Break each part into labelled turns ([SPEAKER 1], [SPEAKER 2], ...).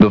[SPEAKER 1] The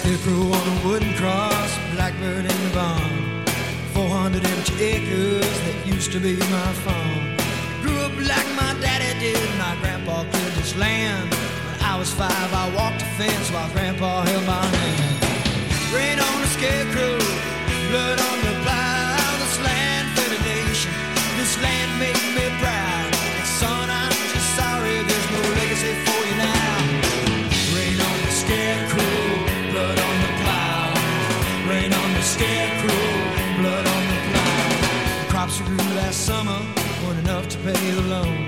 [SPEAKER 2] Sniffer on a wooden cross, blackbird in the barn. 400 empty acres that used to be my farm. Grew up like my daddy did, my grandpa cleared this land. When I was five, I walked a fence while grandpa held my hand. Rain on the scarecrow, blood on the plow. This land for the nation, this land made me proud. And son, I'm just sorry there's no legacy for you now. Rain on the scarecrow, blood on the plow. Rain on the scarecrow, blood on the plow. The crops we grew last summer weren't enough to pay the loan.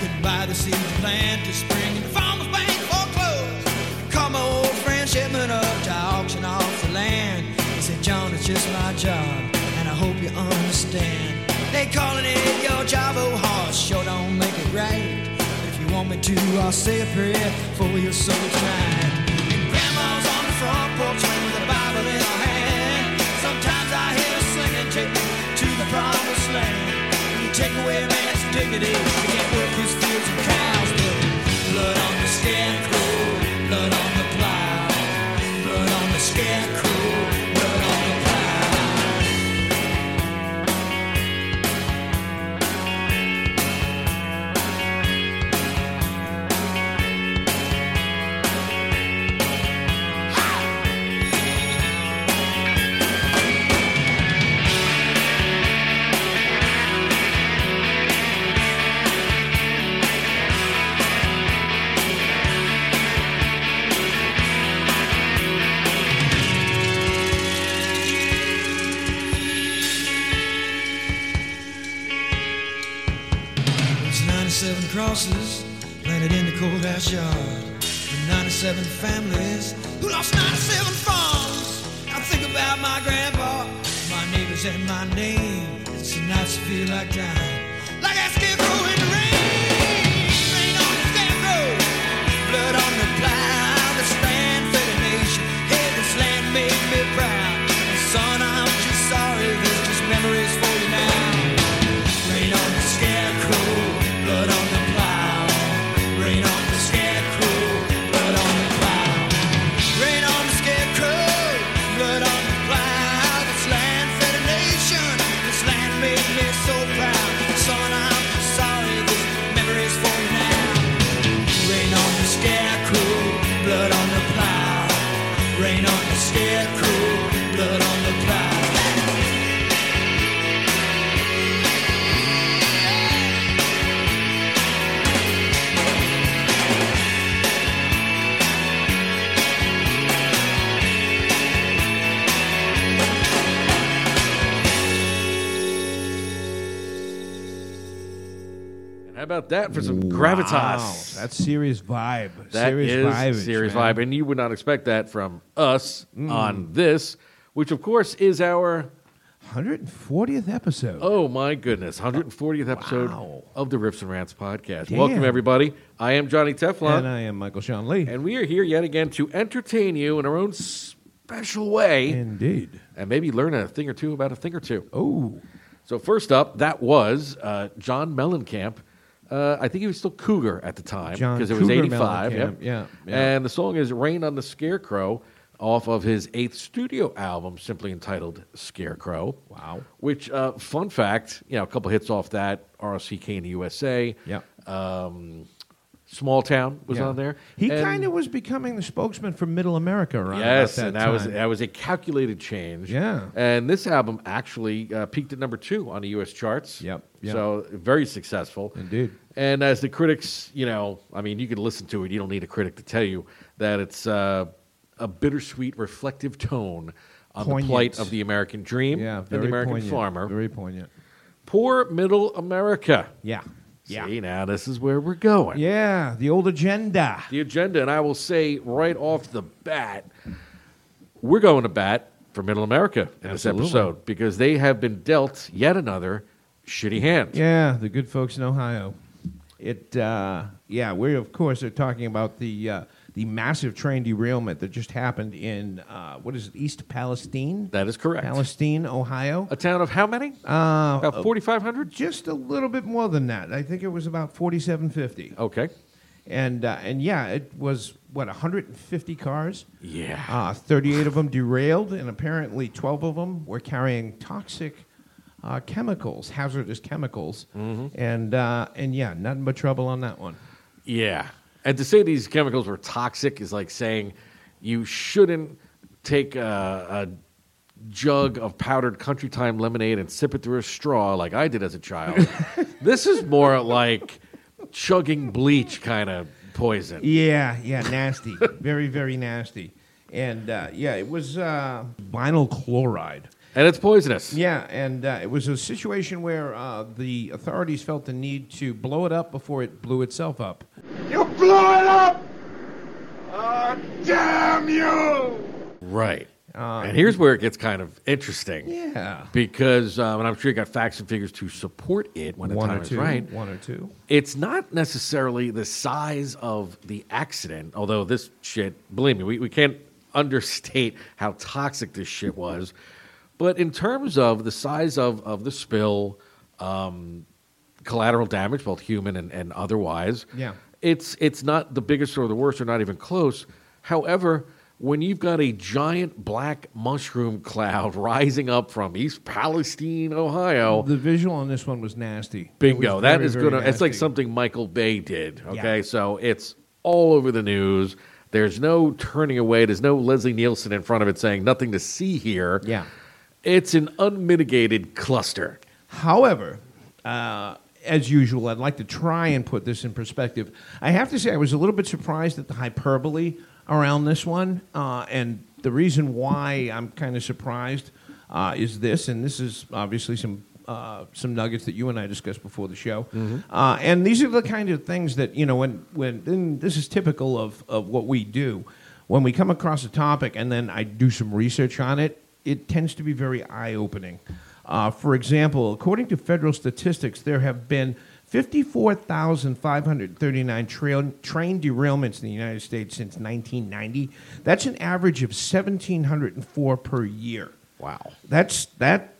[SPEAKER 2] Couldn't buy the seed to plant this spring, and the farmer's bank foreclosed. Called my old friend Shipman up to auction off the land. He said, John, it's just my job, and I hope you understand. They calling it your job, oh horse, sure don't make it right. But if you want me to, I'll say a prayer for your soul tonight. And grandma's on the front porch with a Bible in her hand. Sometimes I hear her singing, take me to the promised land. When you take away a man's dignity, you can't work his fields and cows. But blood on the scarecrow, blood on the plow, blood on the scarecrow, blood on the plow. Those 97 crosses planted in the cold ash yard. The 97 families who lost 97 farms. I think about my grandpa, my neighbors, and my name. It's the nights I feel like dying. Like a scarecrow in the rain. Rain on the scarecrow, blood on the plow. This land for the nation. Hey, this land made me proud. And son, I'm just sorry. There's just memories for you now. Rain on the scarecrow, blood on the plow. Rain on the scarecrow, blood on the plow. Rain on the scarecrow, blood on the plow. This land fed a nation. This land made me so proud. Son, I'm sorry. This memory's for you now. Rain on the scarecrow, blood on the plow. Rain on the scarecrow, blood on the plow.
[SPEAKER 3] And how about that for some gravitas?
[SPEAKER 4] That's serious vibe.
[SPEAKER 3] That
[SPEAKER 4] serious
[SPEAKER 3] is
[SPEAKER 4] vibes,
[SPEAKER 3] serious
[SPEAKER 4] man. Mm.
[SPEAKER 3] vibe, and you would not expect that from us on this, which of course is our
[SPEAKER 4] 140th episode.
[SPEAKER 3] oh my goodness, 140th episode of the Riffs and Rants podcast.
[SPEAKER 4] Damn.
[SPEAKER 3] Welcome everybody. I am Johnny Teflon,
[SPEAKER 4] and I am Michael Sean Lee.
[SPEAKER 3] and we are here yet again to entertain you in our own special way,
[SPEAKER 4] Indeed.
[SPEAKER 3] and maybe learn a thing or two about a thing or two.
[SPEAKER 4] Oh,
[SPEAKER 3] So first up, that was uh, John Mellencamp. Uh, I think he was still Cougar at the time
[SPEAKER 4] John
[SPEAKER 3] because it was
[SPEAKER 4] Cougar
[SPEAKER 3] 85. Yep.
[SPEAKER 4] Mellencamp, yeah, yeah.
[SPEAKER 3] And the song is Rain on the Scarecrow off of his eighth studio album, simply entitled Scarecrow.
[SPEAKER 4] Wow.
[SPEAKER 3] Which, uh, fun fact, you know, a couple hits off that RCK in the USA.
[SPEAKER 4] Yep.
[SPEAKER 3] Um, Small Town was
[SPEAKER 4] Yeah.
[SPEAKER 3] on there.
[SPEAKER 4] He
[SPEAKER 3] And-
[SPEAKER 4] kind of was becoming the spokesman for Middle America around
[SPEAKER 3] Yes,
[SPEAKER 4] about that
[SPEAKER 3] and that
[SPEAKER 4] time.
[SPEAKER 3] was that was a calculated change.
[SPEAKER 4] Yeah.
[SPEAKER 3] and this album actually uh, peaked at number two on the U.S. charts.
[SPEAKER 4] Yep, yep.
[SPEAKER 3] So very successful,
[SPEAKER 4] Indeed.
[SPEAKER 3] And as the critics, you know, I mean, you can listen to it. You don't need a critic to tell you that it's uh, a bittersweet, reflective tone on
[SPEAKER 4] Poignant.
[SPEAKER 3] the plight of the American dream
[SPEAKER 4] yeah,
[SPEAKER 3] and
[SPEAKER 4] very
[SPEAKER 3] the American
[SPEAKER 4] poignant,
[SPEAKER 3] farmer.
[SPEAKER 4] Very poignant.
[SPEAKER 3] Poor middle America.
[SPEAKER 4] Yeah. Yeah.
[SPEAKER 3] See, now this is where we're going
[SPEAKER 4] Yeah, the old agenda.
[SPEAKER 3] the agenda, and I will say right off the bat, we're going to bat for Middle America in
[SPEAKER 4] Absolutely.
[SPEAKER 3] this episode because they have been dealt yet another shitty hand.
[SPEAKER 4] Yeah, the good folks in Ohio. It, uh, yeah, we of course are talking about the uh, the massive train derailment that just happened in uh, what is it, East Palestine?
[SPEAKER 3] That is correct.
[SPEAKER 4] Palestine, Ohio.
[SPEAKER 3] A town of how many?
[SPEAKER 4] Uh,
[SPEAKER 3] About 4,500?
[SPEAKER 4] just a little bit more than that. I think it was about forty-seven fifty.
[SPEAKER 3] Okay.
[SPEAKER 4] and uh, and yeah, it was what 150 cars.
[SPEAKER 3] Yeah.
[SPEAKER 4] uh, 38 of them derailed, and apparently 12 of them were carrying toxic uh, chemicals, hazardous chemicals, and uh, and yeah, nothing but trouble on that one.
[SPEAKER 3] Yeah. And to say these chemicals were toxic is like saying you shouldn't take a, a jug of powdered country time lemonade and sip it through a straw like I did as a child. this is more like chugging bleach kind of poison.
[SPEAKER 4] Yeah, yeah, nasty, very very nasty, and uh, yeah, it was uh, vinyl chloride.
[SPEAKER 3] And it's poisonous.
[SPEAKER 4] Yeah, and uh, it was a situation where uh, the authorities felt the need to blow it up before it blew itself up.
[SPEAKER 3] Right. Uh, and here's where it gets kind of interesting.
[SPEAKER 4] Uh, Yeah.
[SPEAKER 3] Because, um, and I'm sure you got facts and figures to support it when the
[SPEAKER 4] One
[SPEAKER 3] time
[SPEAKER 4] or
[SPEAKER 3] is
[SPEAKER 4] two,
[SPEAKER 3] right.
[SPEAKER 4] one or two.
[SPEAKER 3] It's not necessarily the size of the accident, although this shit, believe me, we, we can't understate how toxic this shit was. But in terms of the size of, of the spill, um, collateral damage, both human and, and otherwise,
[SPEAKER 4] Yeah.
[SPEAKER 3] it's, it's not the biggest or the worst or not even close. However, when you've got a giant black mushroom cloud rising up from East Palestine, Ohio,
[SPEAKER 4] The visual on this one was nasty.
[SPEAKER 3] Bingo. That is
[SPEAKER 4] good.
[SPEAKER 3] good. It's like something Michael Bay did. Okay.
[SPEAKER 4] Yeah.
[SPEAKER 3] So it's all over the news. There's no turning away. There's no Leslie Nielsen in front of it saying nothing to see here.
[SPEAKER 4] Yeah.
[SPEAKER 3] It's an unmitigated cluster.
[SPEAKER 4] However, uh, as usual, I'd like to try and put this in perspective. I have to say, I was a little bit surprised at the hyperbole around this one, uh, and the reason why I'm kind of surprised uh, is this, and this is obviously some. Uh, some nuggets that you and I discussed before the show,
[SPEAKER 3] Mm-hmm.
[SPEAKER 4] uh, and these are the kind of things that you know when when and this is typical of of what we do. When we come across a topic and then I do some research on it, it tends to be very eye opening. Uh, for example, according to federal statistics, there have been 54,539 trail, train derailments in the United States since 1990. That's an average of 1,704 per year.
[SPEAKER 3] Wow.
[SPEAKER 4] That's that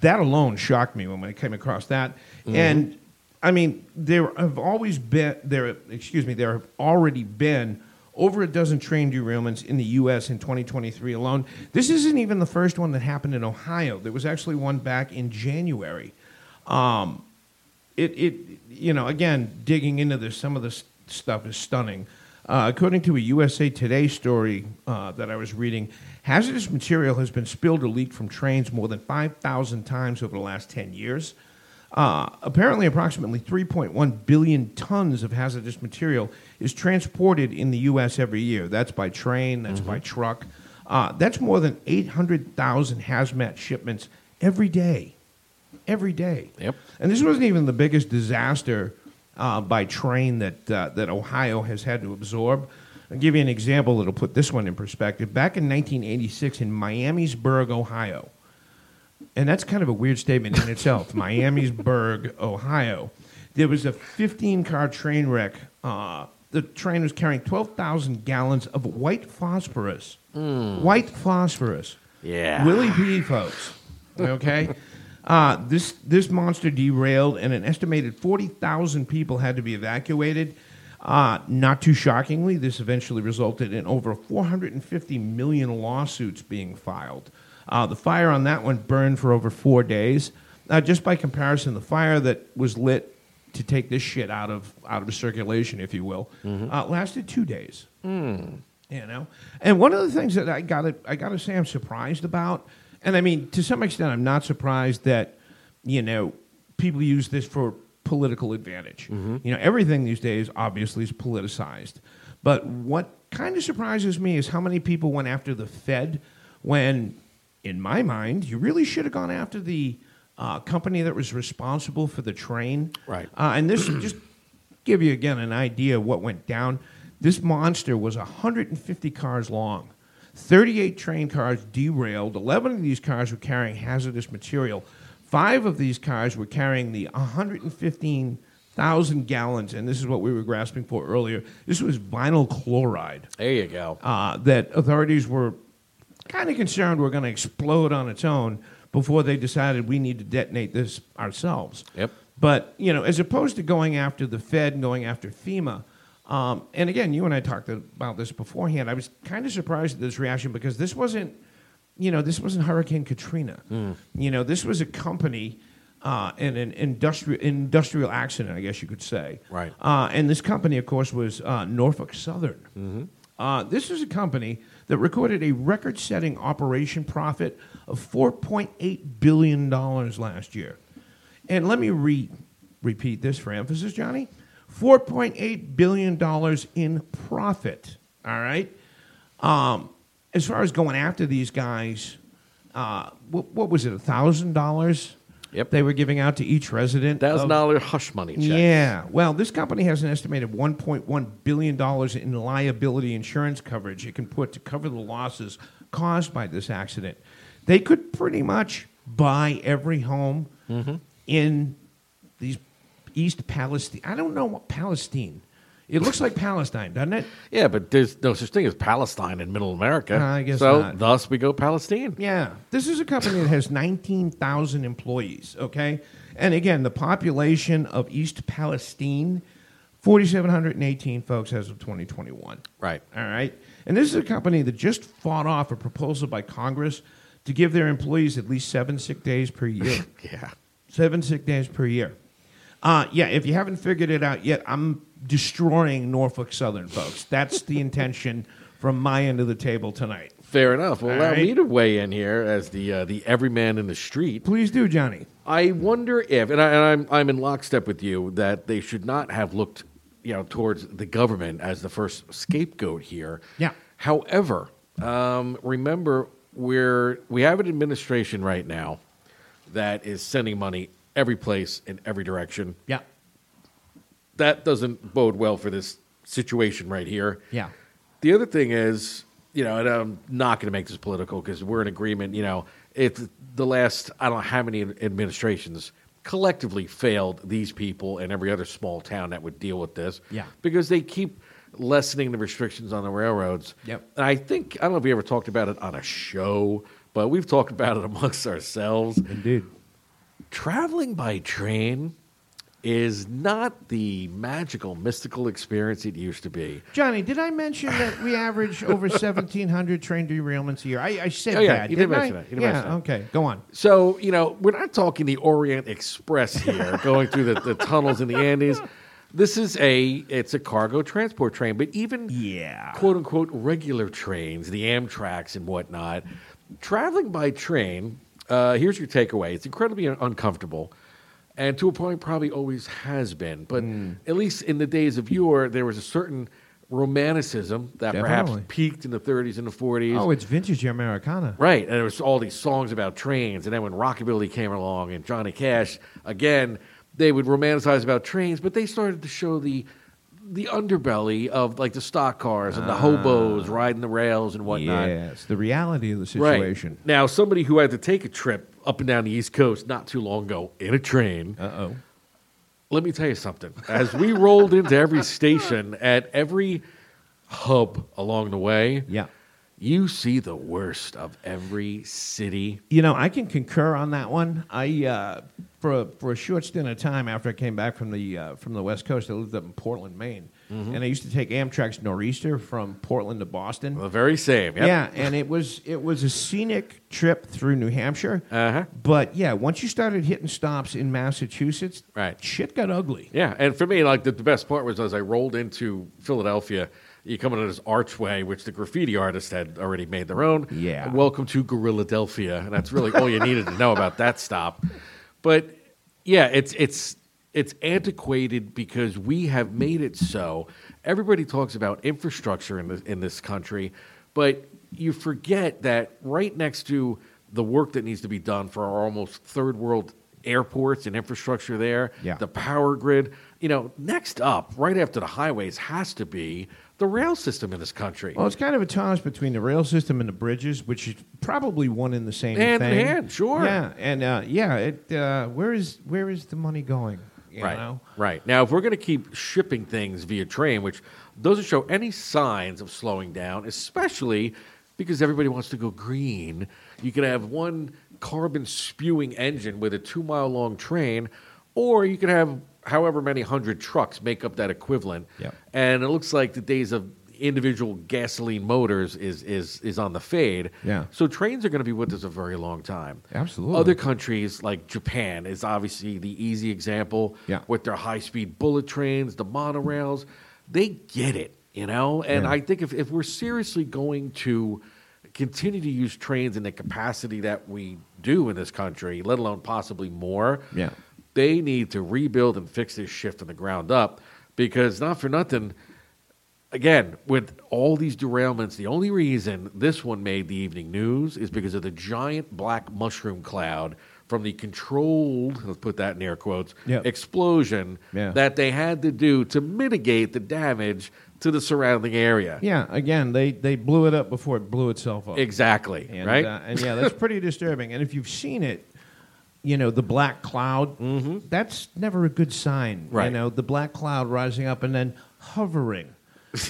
[SPEAKER 4] that alone shocked me when I came across that. And I mean, there have always been there. Excuse me, there have already been over a dozen train derailments in the U.S. in 2023 alone. This isn't even the first one that happened in Ohio. There was actually one back in January. Um, it, it you know again digging into this some of this stuff is stunning uh, according to a usa today story uh, that i was reading hazardous material has been spilled or leaked from trains more than 5000 times over the last 10 years uh, apparently approximately 3.1 billion tons of hazardous material is transported in the us every year that's by train that's by truck uh, that's more than 800000 hazmat shipments every day every day.
[SPEAKER 3] Yep.
[SPEAKER 4] And this wasn't even the biggest disaster uh, by train that uh, that Ohio has had to absorb. I'll give you an example that'll put this one in perspective. Back in 1986 in Miamisburg, Ohio, and that's kind of a weird statement in itself. Miamisburg, Ohio. There was a 15 car train wreck. Uh, the train was carrying 12,000 gallons of white phosphorus. White phosphorus.
[SPEAKER 3] Yeah.
[SPEAKER 4] Willie P. folks. Okay? Uh, this this monster derailed, and an estimated forty thousand people had to be evacuated. Uh, not too shockingly, this eventually resulted in over 450 million lawsuits being filed. Uh, the fire on that one burned for over four days. Uh, just by comparison, the fire that was lit to take this shit out of out of circulation, if you will, uh, lasted two days. You know, and one of the things that I got to I got to say I'm surprised about, and I mean to some extent I'm not surprised that you know people use this for political advantage. You know, everything these days obviously is politicized, but what kind of surprises me is how many people went after the Fed when, in my mind, you really should have gone after the uh, company that was responsible for the train.
[SPEAKER 3] Right.
[SPEAKER 4] Uh, and this just give you again an idea of what went down. This monster was 150 cars long. 38 train cars derailed. 11 of these cars were carrying hazardous material. Five of these cars were carrying the 115,000 gallons, and this is what we were grasping for earlier. This was vinyl chloride
[SPEAKER 3] There you go.
[SPEAKER 4] uh, that authorities were kind of concerned were going to explode on its own before they decided we need to detonate this ourselves.
[SPEAKER 3] Yep.
[SPEAKER 4] But you know, as opposed to going after the Fed and going after FEMA, um, and again, you and I talked about this beforehand. I was kind of surprised at this reaction because this wasn't, you know, this wasn't Hurricane Katrina. You know, this was a company. Uh, in an industrial industrial accident, I guess you could say.
[SPEAKER 3] Right.
[SPEAKER 4] Uh, and this company, of course, was uh, Norfolk Southern.
[SPEAKER 3] Mm-hmm.
[SPEAKER 4] Uh, this is a company that recorded a record setting operation profit of $4.8 billion last year. And let me re- repeat this for emphasis, Johnny $4.8 billion in profit. All right? Um, as far as going after these guys, uh, what, what was it, $1,000?
[SPEAKER 3] Yep.
[SPEAKER 4] They were giving out to each resident.
[SPEAKER 3] Thousand
[SPEAKER 4] of-
[SPEAKER 3] dollar hush money check.
[SPEAKER 4] Um, yeah. Well, this company has an estimated $1.1 billion in liability insurance coverage it can put to cover the losses caused by this accident. They could pretty much buy every home
[SPEAKER 3] Mm-hmm.
[SPEAKER 4] in these East Palestine. I don't know what Palestine. It looks like Palestine, doesn't it?
[SPEAKER 3] Yeah, but there's no such thing as Palestine in Middle America.
[SPEAKER 4] I guess
[SPEAKER 3] so.
[SPEAKER 4] not.
[SPEAKER 3] Thus, we go Palestine.
[SPEAKER 4] Yeah. This is a company that has 19,000 employees, okay? And again, the population of East Palestine, 4,718 folks as of 2021.
[SPEAKER 3] Right.
[SPEAKER 4] All right. And this is a company that just fought off a proposal by Congress to give their employees at least seven sick days per year.
[SPEAKER 3] Yeah.
[SPEAKER 4] seven sick days per year. Uh, yeah, if you haven't figured it out yet, I'm destroying Norfolk Southern, folks. That's the intention from my end of the table tonight.
[SPEAKER 3] Fair enough. Well,
[SPEAKER 4] All
[SPEAKER 3] allow
[SPEAKER 4] right.
[SPEAKER 3] me to weigh in here as the uh, the everyman in the street.
[SPEAKER 4] Please do, Johnny.
[SPEAKER 3] I wonder if, and, I, and I'm I'm in lockstep with you that they should not have looked, you know, towards the government as the first scapegoat here.
[SPEAKER 4] Yeah.
[SPEAKER 3] However, um, remember we're we have an administration right now that is sending money every place in every direction.
[SPEAKER 4] Yeah.
[SPEAKER 3] That doesn't bode well for this situation right here.
[SPEAKER 4] Yeah.
[SPEAKER 3] The other thing is, you know, and I'm not going to make this political because we're in agreement. You know, it's the last I don't know how many administrations collectively failed these people and every other small town that would deal with this.
[SPEAKER 4] Yeah.
[SPEAKER 3] because they keep lessening the restrictions on the railroads.
[SPEAKER 4] Yep.
[SPEAKER 3] And I think I don't know if we ever talked about it on a show, but we've talked about it amongst ourselves
[SPEAKER 4] Indeed.
[SPEAKER 3] traveling by train is not the magical, mystical experience it used to be.
[SPEAKER 4] Johnny, did I mention that we average over 1,700 train derailments a year? I, I said
[SPEAKER 3] Oh, yeah,
[SPEAKER 4] that.
[SPEAKER 3] you did
[SPEAKER 4] didn't
[SPEAKER 3] mention
[SPEAKER 4] I?
[SPEAKER 3] that. You did
[SPEAKER 4] yeah,
[SPEAKER 3] mention that.
[SPEAKER 4] okay. Go on.
[SPEAKER 3] So, you know, we're not talking the Orient Express here, going through the, the tunnels in the Andes. This is a it's a cargo transport train, but even
[SPEAKER 4] Yeah.
[SPEAKER 3] quote unquote regular trains, the Amtrak's and whatnot, traveling by train, uh, here's your takeaway. It's incredibly un- uncomfortable. And to a point, probably always has been. But
[SPEAKER 4] Mm.
[SPEAKER 3] at least in the days of yore, there was a certain romanticism that
[SPEAKER 4] Definitely.
[SPEAKER 3] perhaps peaked in the 30s and the 40s.
[SPEAKER 4] Oh, it's vintage Americana.
[SPEAKER 3] Right, and there was all these songs about trains, and then when Rockabilly came along and Johnny Cash again, they would romanticize about trains, but they started to show the the underbelly of like the stock cars
[SPEAKER 4] Ah.
[SPEAKER 3] and the hobos riding the rails and whatnot.
[SPEAKER 4] Yes, the reality of the
[SPEAKER 3] Right.
[SPEAKER 4] situation.
[SPEAKER 3] now, somebody who had to take a trip up and down the East Coast not too long ago in a train.
[SPEAKER 4] Uh oh.
[SPEAKER 3] Let me tell you something. As we rolled into every station at every hub along the way,
[SPEAKER 4] Yeah.
[SPEAKER 3] you see the worst of every city.
[SPEAKER 4] You know, I can concur on that one. I uh, for a, for a short stint of time after I came back from the uh, from the West Coast, I lived up in Portland, Maine,
[SPEAKER 3] Mm-hmm.
[SPEAKER 4] and I used to take Amtrak's nor'easter from Portland to Boston.
[SPEAKER 3] The very same. Yep.
[SPEAKER 4] Yeah, and it was it was a scenic trip through New Hampshire.
[SPEAKER 3] Uh-huh.
[SPEAKER 4] But yeah, once you started hitting stops in Massachusetts,
[SPEAKER 3] Right.
[SPEAKER 4] shit got ugly.
[SPEAKER 3] Yeah, and for me, like the, the best part was as I rolled into Philadelphia, you come into this archway, which the graffiti artist had already made their own.
[SPEAKER 4] Yeah.
[SPEAKER 3] Welcome to Gorilladelphia. And that's really all you needed to know about that stop. But yeah, it's it's it's antiquated because we have made it so. Everybody talks about infrastructure in this, in this country, but you forget that right next to the work that needs to be done for our almost third world airports and infrastructure there,
[SPEAKER 4] Yeah.
[SPEAKER 3] the power grid. You know, next up, right after the highways, has to be the rail system in this country.
[SPEAKER 4] Well, it's kind of a toss between the rail system and the bridges, which is probably one in the same
[SPEAKER 3] Hand in
[SPEAKER 4] thing.
[SPEAKER 3] hand, sure.
[SPEAKER 4] Yeah, and uh, yeah, it. Uh, where is where is the money going? You
[SPEAKER 3] right,
[SPEAKER 4] know?
[SPEAKER 3] right. Now, if we're going to keep shipping things via train, which doesn't show any signs of slowing down, especially because everybody wants to go green, you can have one carbon spewing engine with a two mile long train, or you can have however many hundred trucks make up that equivalent.
[SPEAKER 4] Yep.
[SPEAKER 3] and it looks like the days of individual gasoline motors is is is on the fade.
[SPEAKER 4] Yeah.
[SPEAKER 3] So trains are going to be with us a very long time.
[SPEAKER 4] Absolutely.
[SPEAKER 3] Other countries like Japan is obviously the easy example.
[SPEAKER 4] Yeah.
[SPEAKER 3] With their high speed bullet trains, the monorails, they get it, you know. And
[SPEAKER 4] Yeah.
[SPEAKER 3] I think if if we're seriously going to continue to use trains in the capacity that we do in this country, let alone possibly more,
[SPEAKER 4] Yeah.
[SPEAKER 3] they need to rebuild and fix this shit from the ground up because not for nothing again with all these derailments the only reason this one made the evening news is because of the giant black mushroom cloud from the controlled let's put that in air quotes
[SPEAKER 4] Yep.
[SPEAKER 3] explosion
[SPEAKER 4] Yeah.
[SPEAKER 3] that they had to do to mitigate the damage to the surrounding area
[SPEAKER 4] Yeah, again, they they blew it up before it blew itself up.
[SPEAKER 3] exactly
[SPEAKER 4] And,
[SPEAKER 3] right
[SPEAKER 4] uh, and yeah, that's pretty disturbing. And if you've seen it, you know the black cloud. That's never a good sign. You
[SPEAKER 3] Mm-hmm. Right.
[SPEAKER 4] know the black cloud rising up and then hovering.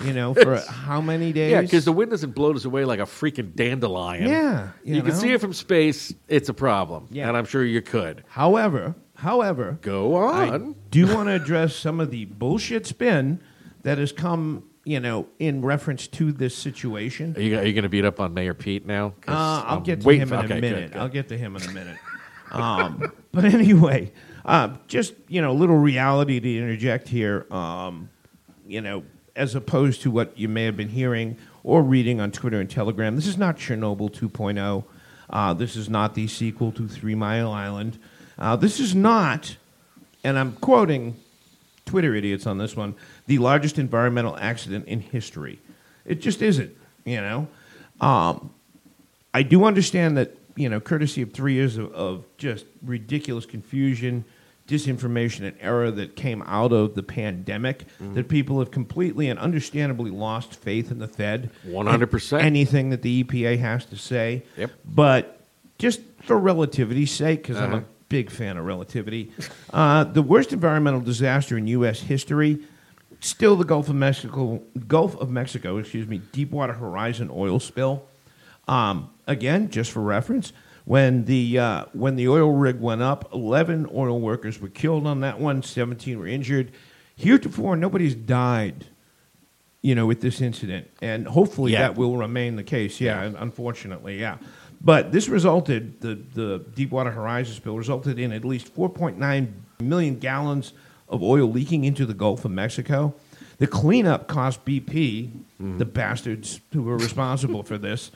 [SPEAKER 4] You know for how many days?
[SPEAKER 3] yeah because the wind doesn't blow us away like a freaking dandelion
[SPEAKER 4] Yeah,
[SPEAKER 3] you,
[SPEAKER 4] you
[SPEAKER 3] can
[SPEAKER 4] know.
[SPEAKER 3] see it from space it's a problem
[SPEAKER 4] Yeah.
[SPEAKER 3] and i'm sure you could
[SPEAKER 4] however, however,
[SPEAKER 3] go on
[SPEAKER 4] I do want to address some of the bullshit spin that has come. You know, in reference to this situation.
[SPEAKER 3] Are you, are you going to beat up on Mayor Pete now? 'Cause
[SPEAKER 4] Uh, I'll
[SPEAKER 3] I'm
[SPEAKER 4] get to
[SPEAKER 3] waiting
[SPEAKER 4] him
[SPEAKER 3] for-
[SPEAKER 4] in
[SPEAKER 3] okay,
[SPEAKER 4] a
[SPEAKER 3] good,
[SPEAKER 4] minute.
[SPEAKER 3] good.
[SPEAKER 4] I'll get to him in a minute. Um, but anyway, uh, just you know, a little reality to interject here. Um, you know, as opposed to what you may have been hearing or reading on Twitter and Telegram, this is not Chernobyl 2.0. Uh, this is not the sequel to Three Mile Island. Uh, this is not, and I'm quoting Twitter idiots on this one, the largest environmental accident in history. It just isn't, you know. Um, I do understand that you know, courtesy of three years of, of just ridiculous confusion, disinformation, and error that came out of the pandemic, that people have completely and understandably lost faith in the Fed.
[SPEAKER 3] 100%.
[SPEAKER 4] and Anything that the EPA has to say.
[SPEAKER 3] Yep.
[SPEAKER 4] But just for relativity's sake, because I'm a big fan of relativity, uh, the worst environmental disaster in U.S. history. Still, the Gulf of Mexico, Gulf of Mexico, excuse me, Deepwater Horizon oil spill. Um, again, just for reference, when the uh, when the oil rig went up, eleven oil workers were killed on that one. Seventeen were injured. Heretofore, nobody's died, you know, with this incident, and hopefully
[SPEAKER 3] Yeah.
[SPEAKER 4] that will remain the case. Yeah, un- unfortunately, yeah. But this resulted the the Deepwater Horizon spill resulted in at least 4.9 million gallons of oil leaking into the Gulf of Mexico. The cleanup cost BP, the bastards who were responsible for this,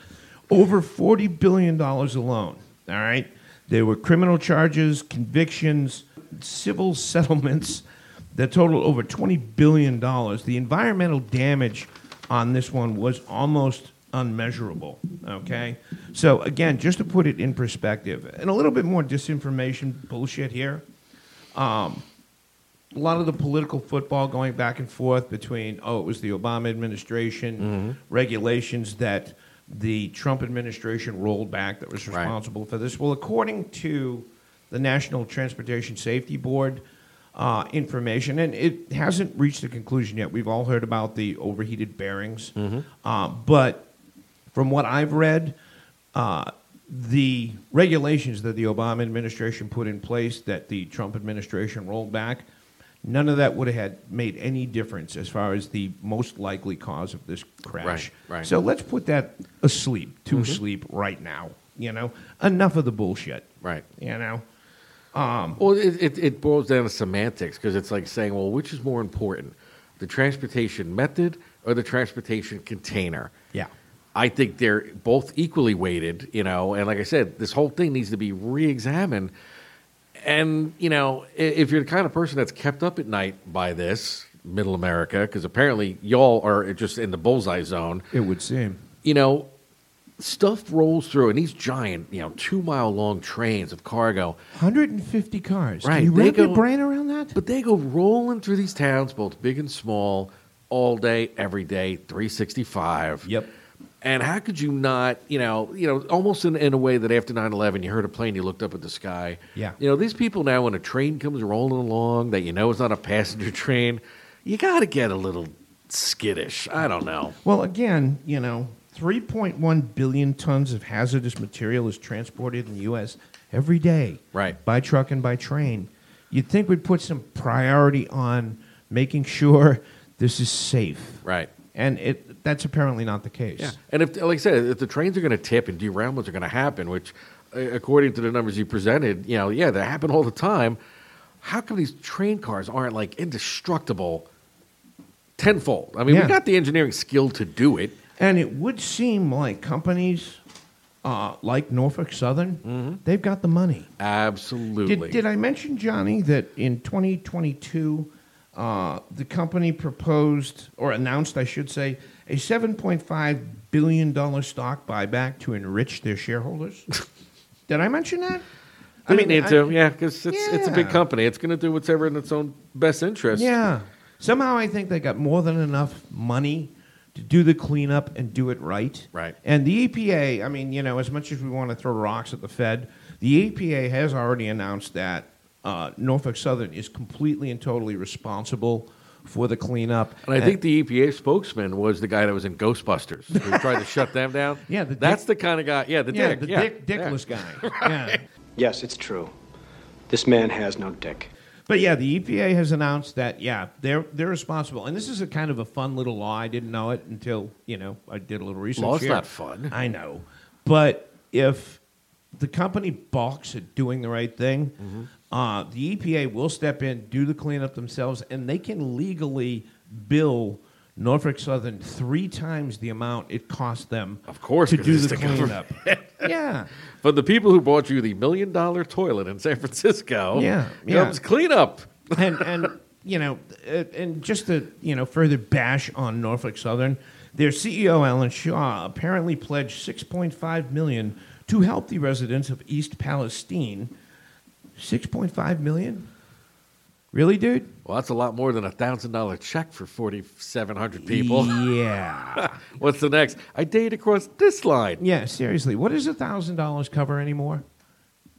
[SPEAKER 4] over 40 billion dollars alone. All right, there were criminal charges, convictions, civil settlements that totaled over $20 billion. The environmental damage on this one was almost unmeasurable. Okay? So, again, just to put it in perspective, and a little bit more disinformation bullshit here. Um, a lot of the political football going back and forth between, oh, it was the Obama administration, regulations that the Trump administration rolled back that was
[SPEAKER 3] Right.
[SPEAKER 4] responsible responsible for this. Well, according to the National Transportation Safety Board uh, information, and it hasn't reached a conclusion yet. We've all heard about the overheated bearings, Uh, but From what I've read, uh, the regulations that the Obama administration put in place that the Trump administration rolled back, none of that would have had made any difference as far as the most likely cause of this crash.
[SPEAKER 3] Right, Mm-hmm. right.
[SPEAKER 4] So let's put that asleep, to sleep right now. You know, enough of the bullshit.
[SPEAKER 3] Right.
[SPEAKER 4] You know,
[SPEAKER 3] Well, it, it, it boils down to semantics because it's like saying, well, which is more important, the transportation method or the transportation container?
[SPEAKER 4] Yeah.
[SPEAKER 3] I think they're both equally weighted, you know. And like I said, this whole thing needs to be re examined. And, you know, i- if you're the kind of person that's kept up at night by this, middle America, because apparently y'all are just in the bullseye zone,
[SPEAKER 4] it would seem.
[SPEAKER 3] you know, stuff rolls through and these giant, you know, two mile long trains of cargo.
[SPEAKER 4] 150 cars.
[SPEAKER 3] Right,
[SPEAKER 4] Can you
[SPEAKER 3] they
[SPEAKER 4] wrap
[SPEAKER 3] go-
[SPEAKER 4] your brain around that?
[SPEAKER 3] But they go rolling through these towns, both big and small, all day, every day, 365.
[SPEAKER 4] Yep.
[SPEAKER 3] And how could you not, you know, you know, almost in, in a way that after 9-11, you heard a plane, you looked up at the sky.
[SPEAKER 4] Yeah.
[SPEAKER 3] You know, these people now, when a train comes rolling along that you know is not a passenger train, you got to get a little skittish. I don't know.
[SPEAKER 4] Well, again, you know, 3.1 billion tons of hazardous material is transported in the U.S. every day.
[SPEAKER 3] Right.
[SPEAKER 4] By truck and by train. You'd think we'd put some priority on making sure this is safe.
[SPEAKER 3] Right.
[SPEAKER 4] And it that's apparently not the case.
[SPEAKER 3] Yeah, and if, like I said, if the trains are going to tip and derailments are going to happen, which, uh, according to the numbers you presented, you know, yeah, they happen all the time. How come these train cars aren't like indestructible tenfold? I mean,
[SPEAKER 4] Yeah.
[SPEAKER 3] we got the engineering skill to do it.
[SPEAKER 4] And it would seem like companies uh, like Norfolk Southern,
[SPEAKER 3] Mm-hmm.
[SPEAKER 4] they've got the money.
[SPEAKER 3] Absolutely.
[SPEAKER 4] Did, did I mention, Johnny, that in 2022, uh, the company proposed or announced, I should say, a $7.5 billion stock buyback to enrich their shareholders? did I mention that?
[SPEAKER 3] I mean, need
[SPEAKER 4] I-
[SPEAKER 3] to, yeah, because it's it's a big
[SPEAKER 4] Yeah.
[SPEAKER 3] company. It's going to do whatever in its own best interest.
[SPEAKER 4] Yeah. Somehow I think they got more than enough money to do the cleanup and do it right.
[SPEAKER 3] Right.
[SPEAKER 4] And the EPA, I mean, you know, as much as we want to throw rocks at the Fed, the EPA has already announced that uh, Norfolk Southern is completely and totally responsible for the cleanup.
[SPEAKER 3] And I think the EPA spokesman was the guy that was in Ghostbusters who tried to shut them down.
[SPEAKER 4] Yeah, the
[SPEAKER 3] that's
[SPEAKER 4] dick-
[SPEAKER 3] the kind of guy. Yeah, the
[SPEAKER 4] yeah,
[SPEAKER 3] dick.
[SPEAKER 4] the
[SPEAKER 3] yeah,
[SPEAKER 4] dick,
[SPEAKER 3] yeah.
[SPEAKER 4] dickless guy. Yeah.
[SPEAKER 5] Yes, it's true. This man has no dick.
[SPEAKER 4] But yeah, the EPA has announced that yeah, they're they're responsible, and this is a kind of a fun little law. I didn't know it until you know I did a little research.
[SPEAKER 3] Law's
[SPEAKER 4] here.
[SPEAKER 3] not fun.
[SPEAKER 4] I know, but if the company balks at doing the right thing,
[SPEAKER 3] Mm-hmm.
[SPEAKER 4] uh, the EPA will step in, do the cleanup themselves, and they can legally bill. Norfolk Southern three times the amount it cost them,
[SPEAKER 3] Of course,
[SPEAKER 4] to
[SPEAKER 3] 'cause
[SPEAKER 4] do
[SPEAKER 3] it's the
[SPEAKER 4] the, cleanup. yeah,
[SPEAKER 3] For the people who bought you the million dollar toilet in San Francisco,
[SPEAKER 4] Yeah, yeah.
[SPEAKER 3] comes cleanup.
[SPEAKER 4] and and you know, uh, and just to you know further bash on Norfolk Southern, their CEO Alan Shaw apparently pledged six point five million to help the residents of East Palestine. Six point five million, really, dude?
[SPEAKER 3] Well, that's a lot more than a thousand dollar check for forty seven hundred people.
[SPEAKER 4] Yeah,
[SPEAKER 3] What's the next? I date across this line.
[SPEAKER 4] yeah. Seriously, what does a thousand dollars cover anymore?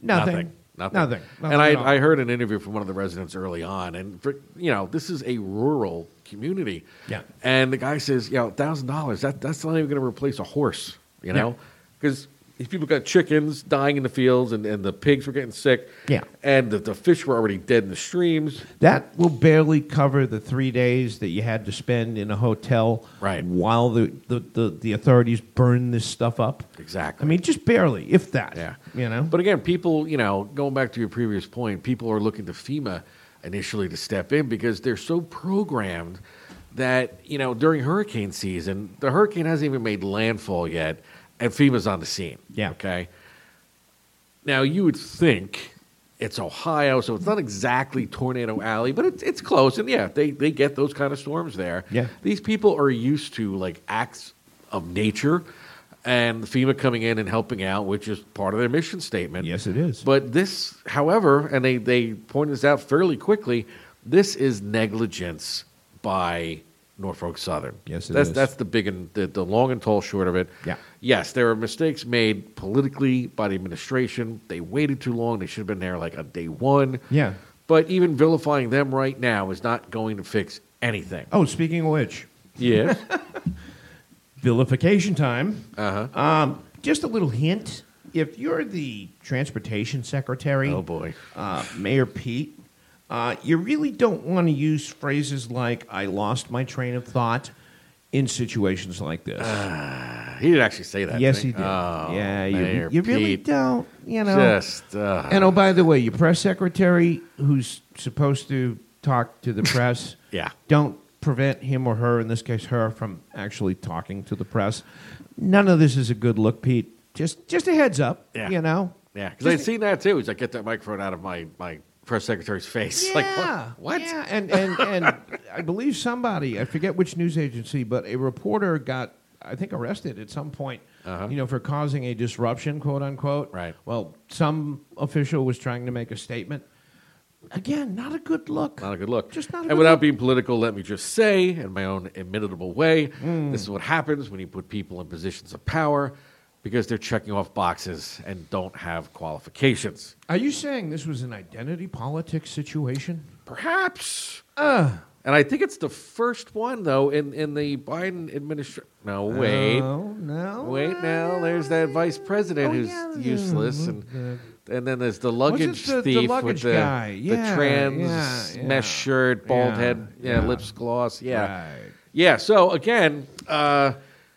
[SPEAKER 4] Nothing.
[SPEAKER 3] Nothing.
[SPEAKER 4] Nothing.
[SPEAKER 3] and
[SPEAKER 4] at all.
[SPEAKER 3] I, I heard an interview from one of the residents early on, and for, you know, this is a rural community.
[SPEAKER 4] Yeah.
[SPEAKER 3] And the guy says, you know, thousand dollars. That that's not even going to replace a horse. You know, because these people got chickens dying in the fields, and, and the pigs were getting sick.
[SPEAKER 4] Yeah.
[SPEAKER 3] And the, the fish were already dead in the streams.
[SPEAKER 4] That will barely cover the three days that you had to spend in a hotel
[SPEAKER 3] Right.
[SPEAKER 4] while the, the, the, the authorities burn this stuff up.
[SPEAKER 3] Exactly.
[SPEAKER 4] I mean, just barely, if that.
[SPEAKER 3] Yeah.
[SPEAKER 4] You know?
[SPEAKER 3] But again, people, you know, going back to your previous point, people are looking to FEMA initially to step in because they're so programmed that, you know, during hurricane season, the hurricane hasn't even made landfall yet, and FEMA's on the scene.
[SPEAKER 4] Yeah.
[SPEAKER 3] Okay. Now, you would think it's Ohio, so it's not exactly Tornado Alley, but it's, it's close. And yeah, they, they get those kind of storms there.
[SPEAKER 4] Yeah.
[SPEAKER 3] These people are used to like acts of nature and FEMA coming in and helping out, which is part of their mission statement.
[SPEAKER 4] Yes, it is.
[SPEAKER 3] But this, however, and they, they pointed this out fairly quickly, this is negligence by Norfolk Southern.
[SPEAKER 4] Yes, it
[SPEAKER 3] that's,
[SPEAKER 4] is.
[SPEAKER 3] That's the big and the, the long and tall short of it.
[SPEAKER 4] Yeah.
[SPEAKER 3] Yes, there were mistakes made politically by the administration. They waited too long. They should have been there like on day one.
[SPEAKER 4] Yeah.
[SPEAKER 3] But even vilifying them right now is not going to fix anything.
[SPEAKER 4] oh, speaking of which,
[SPEAKER 3] Yeah.
[SPEAKER 4] vilification time.
[SPEAKER 3] Uh-huh.
[SPEAKER 4] Um, just a little hint. If you're the transportation secretary,
[SPEAKER 3] Oh, boy.
[SPEAKER 4] uh, Mayor Pete, uh, you really don't want to use phrases like "I lost my train of thought" in situations like this.
[SPEAKER 3] Uh, He did actually say that.
[SPEAKER 4] yes,
[SPEAKER 3] didn't
[SPEAKER 4] he did.
[SPEAKER 3] Oh,
[SPEAKER 4] yeah, you,
[SPEAKER 3] Mayor
[SPEAKER 4] you really
[SPEAKER 3] Pete.
[SPEAKER 4] don't. You know,
[SPEAKER 3] Just uh,
[SPEAKER 4] and oh, by the way, your press secretary, who's supposed to talk to the press,
[SPEAKER 3] Yeah.
[SPEAKER 4] don't prevent him or her, in this case, her, from actually talking to the press. None of this is a good look, Pete. Just, just a heads up.
[SPEAKER 3] Yeah.
[SPEAKER 4] You know.
[SPEAKER 3] yeah, because I'd seen that too. Is I get that microphone out of my my press secretary's face.
[SPEAKER 4] Yeah,
[SPEAKER 3] like what? what?
[SPEAKER 4] Yeah, and and and I believe somebody, I forget which news agency, but a reporter got, I think, arrested at some point. You know, for causing a disruption, quote unquote.
[SPEAKER 3] Uh-huh. Right.
[SPEAKER 4] Well, some official was trying to make a statement. Again, not a good look.
[SPEAKER 3] Not a good look.
[SPEAKER 4] Just not a
[SPEAKER 3] and
[SPEAKER 4] good
[SPEAKER 3] without
[SPEAKER 4] look.
[SPEAKER 3] being political, let me just say, in my own admittable way,
[SPEAKER 4] Mm.
[SPEAKER 3] this is what happens when you put people in positions of power because they're checking off boxes and don't have qualifications.
[SPEAKER 4] Are you saying this was an identity politics situation? Uh,
[SPEAKER 3] Perhaps. And I think it's the first one, though, in, in the Biden administration. No, wait.
[SPEAKER 4] Oh no.
[SPEAKER 3] Wait now, there's that vice president
[SPEAKER 4] Oh,
[SPEAKER 3] who's
[SPEAKER 4] yeah. Mm-hmm.
[SPEAKER 3] useless, and and then there's the luggage
[SPEAKER 4] the- the
[SPEAKER 3] thief
[SPEAKER 4] luggage
[SPEAKER 3] with the,
[SPEAKER 4] guy?
[SPEAKER 3] the
[SPEAKER 4] Yeah,
[SPEAKER 3] trans
[SPEAKER 4] yeah, yeah.
[SPEAKER 3] mesh shirt, bald
[SPEAKER 4] Yeah,
[SPEAKER 3] head, yeah,
[SPEAKER 4] yeah.
[SPEAKER 3] lips gloss, yeah,
[SPEAKER 4] Right.
[SPEAKER 3] yeah. So again, uh,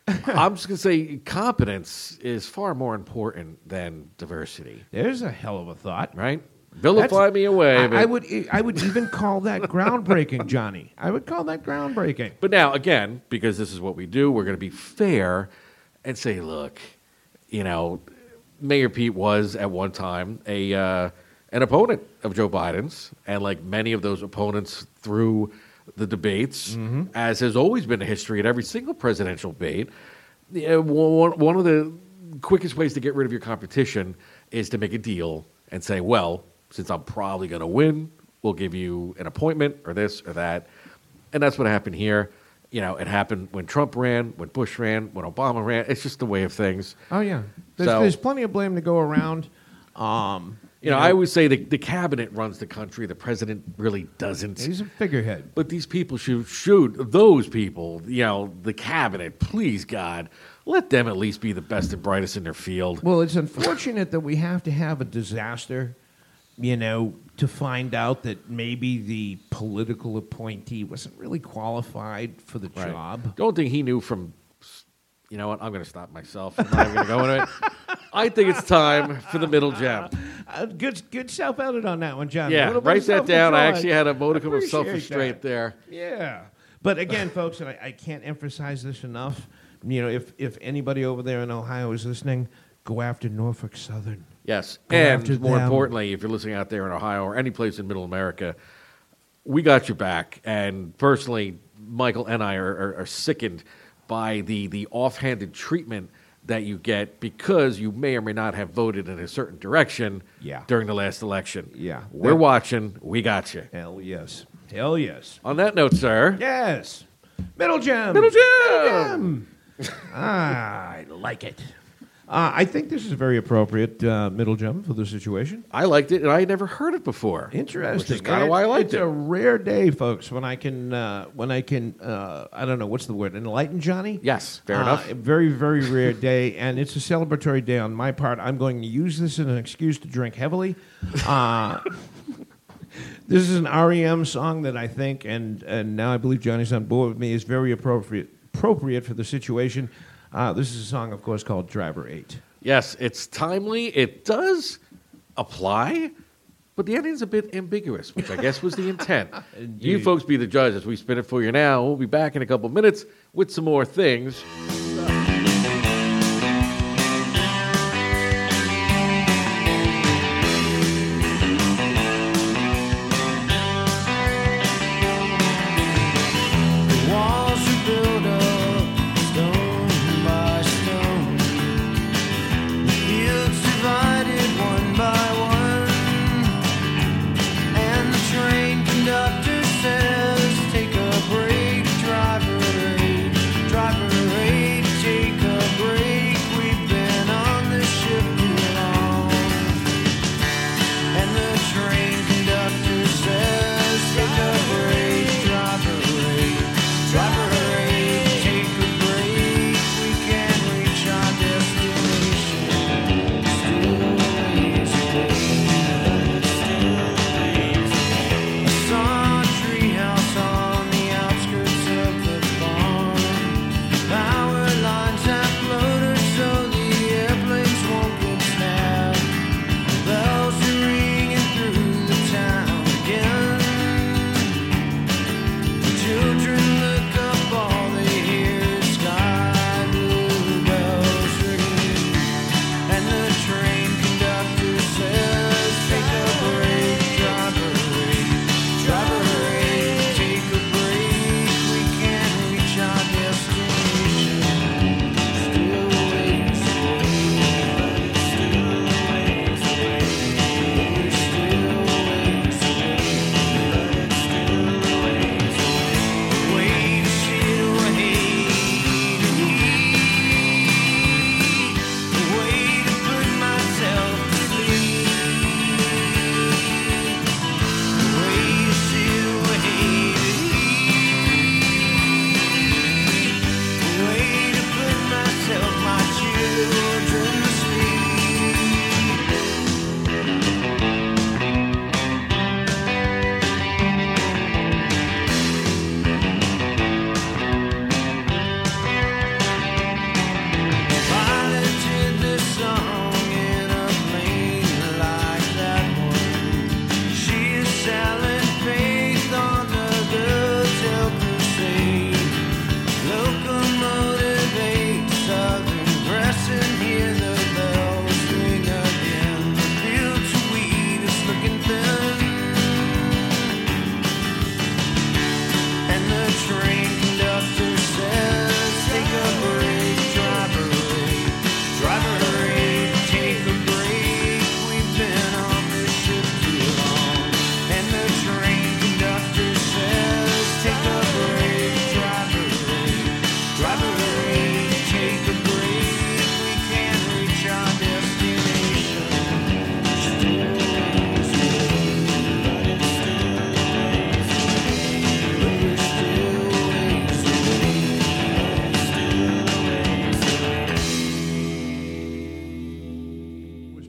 [SPEAKER 3] I'm just gonna say competence is far more important than diversity,
[SPEAKER 4] There's a hell of a thought.
[SPEAKER 3] right?
[SPEAKER 4] That's-
[SPEAKER 3] Vilify me away,
[SPEAKER 4] I,
[SPEAKER 3] but,
[SPEAKER 4] I would. I would even call that groundbreaking, Johnny. I would call that groundbreaking.
[SPEAKER 3] But now, again, because this is what we do, we're going to be fair and say, look, you know, Mayor Pete was at one time a uh, an opponent of Joe Biden's, and like many of those opponents through the debates,
[SPEAKER 4] Mm-hmm.
[SPEAKER 3] as has always been a history at every single presidential debate, yeah, one, one of the quickest ways to get rid of your competition is to make a deal and say, well, since I'm probably going to win, we'll give you an appointment or this or that. And that's what happened here. You know, it happened when Trump ran, when Bush ran, when Obama ran. It's just the way of things.
[SPEAKER 4] Oh yeah, there's,
[SPEAKER 3] So-
[SPEAKER 4] there's plenty of blame to go around. Um,
[SPEAKER 3] You know, I always say the, the cabinet runs the country, the president really doesn't.
[SPEAKER 4] he's a figurehead.
[SPEAKER 3] But these people should shoot those people, you know, the cabinet, please God, let them at least be the best and brightest in their field.
[SPEAKER 4] Well, it's unfortunate that we have to have a disaster, you know, to find out that maybe the political appointee wasn't really qualified for the
[SPEAKER 3] Right.
[SPEAKER 4] job.
[SPEAKER 3] Don't think he knew from. You know what? I'm going to stop myself. I'm not even going to go into it. I think it's time for the middle gem.
[SPEAKER 4] Uh, good, good self edit on that one, John. A
[SPEAKER 3] Yeah,
[SPEAKER 4] little bit
[SPEAKER 3] write
[SPEAKER 4] of
[SPEAKER 3] that down. I
[SPEAKER 4] self-control.
[SPEAKER 3] actually had a modicum of
[SPEAKER 4] appreciate
[SPEAKER 3] self restraint
[SPEAKER 4] that.
[SPEAKER 3] there.
[SPEAKER 4] Yeah. But again, folks, and I, I can't emphasize this enough. You know, if, if anybody over there in Ohio is listening, go after Norfolk Southern.
[SPEAKER 3] Yes,
[SPEAKER 4] Go after
[SPEAKER 3] and more
[SPEAKER 4] them.
[SPEAKER 3] importantly, if you're listening out there in Ohio or any place in Middle America, we got your back. And personally, Michael and I are, are, are sickened by the the offhanded treatment that you get because you may or may not have voted in a certain direction
[SPEAKER 4] Yeah.
[SPEAKER 3] during the last election.
[SPEAKER 4] Yeah.
[SPEAKER 3] we're
[SPEAKER 4] That- Eh.
[SPEAKER 3] watching. We got you.
[SPEAKER 4] Hell yes. Hell yes.
[SPEAKER 3] On that note, sir.
[SPEAKER 4] Yes. Middle gem.
[SPEAKER 3] Middle Jim!
[SPEAKER 4] Ah, I like it. Uh, I think this is a very appropriate uh, middle gem for the situation.
[SPEAKER 3] I liked it, and I had never heard it before.
[SPEAKER 4] Interesting.
[SPEAKER 3] Which is kind of why I liked
[SPEAKER 4] it's
[SPEAKER 3] it.
[SPEAKER 4] a rare day, folks, when I can, uh, when I can, uh, I don't know what's the word, enlighten Johnny.
[SPEAKER 3] Yes, fair
[SPEAKER 4] Uh,
[SPEAKER 3] enough.
[SPEAKER 4] a Very, very rare day, and it's a celebratory day on my part. I'm going to use this as an excuse to drink heavily. Uh, this is an REM song that I think, and and now I believe Johnny's on board with me, is very appropriate appropriate for the situation. Uh, this is a song, of course, called Driver Eight.
[SPEAKER 3] Yes, it's timely. It does apply, but the ending's a bit ambiguous, which I guess was the intent. you folks be the judge as we spin it for you now. We'll be back in a couple minutes with some more things.
[SPEAKER 2] Walls you build up, stone by stone. Fields divided one by one. And the train conductor says, Take a break, driver eight, driver eight.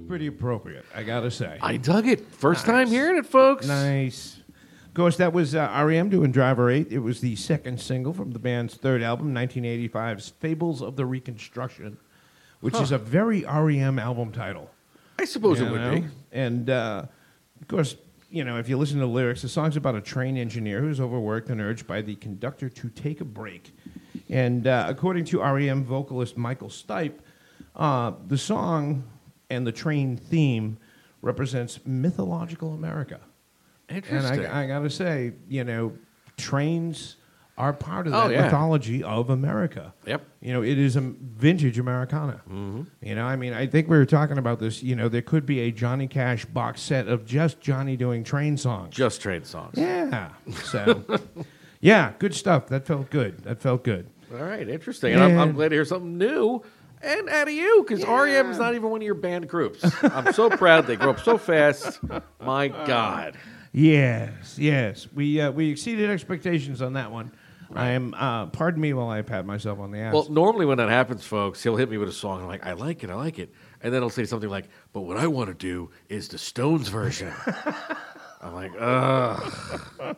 [SPEAKER 4] pretty appropriate, I gotta say.
[SPEAKER 3] I dug it. First time hearing it, folks.
[SPEAKER 4] Nice. Of course, that was uh, REM doing Driver 8. It was the second single from the band's third album, 1985's Fables of the Reconstruction, which is a very REM album title.
[SPEAKER 3] I suppose
[SPEAKER 4] you
[SPEAKER 3] it would
[SPEAKER 4] know?
[SPEAKER 3] be.
[SPEAKER 4] And uh, of course, you know, if you listen to the lyrics, the song's about a train engineer who's overworked and urged by the conductor to take a break. And uh, according to REM vocalist Michael Stipe, uh, the song and the train theme represents mythological America. And
[SPEAKER 3] Interesting.
[SPEAKER 4] I, I got to say, you know, trains are part of
[SPEAKER 3] Oh,
[SPEAKER 4] that
[SPEAKER 3] yeah.
[SPEAKER 4] mythology of America.
[SPEAKER 3] Yep. Mm-hmm.
[SPEAKER 4] You know, it is a vintage Americana. You know, I mean, I think we were talking about this. You know, there could be a Johnny Cash box set of just Johnny doing train songs.
[SPEAKER 3] Just trade songs.
[SPEAKER 4] yeah. So, yeah, good stuff. That felt good. That felt good.
[SPEAKER 3] All right, interesting. And I'm, I'm
[SPEAKER 4] And-
[SPEAKER 3] glad to hear something new and out of you because REM is not even one of your band groups. I'm so proud they grew up so fast. My God.
[SPEAKER 4] Yes, yes. We uh, we exceeded expectations on that one. I am. Uh, pardon me while I pat myself on the ass.
[SPEAKER 3] Well, normally when that happens, folks, he'll hit me with a song. I'm like, I like it, I like it. And then he'll say something like, but what I want to do is the Stones version. I'm like, ugh.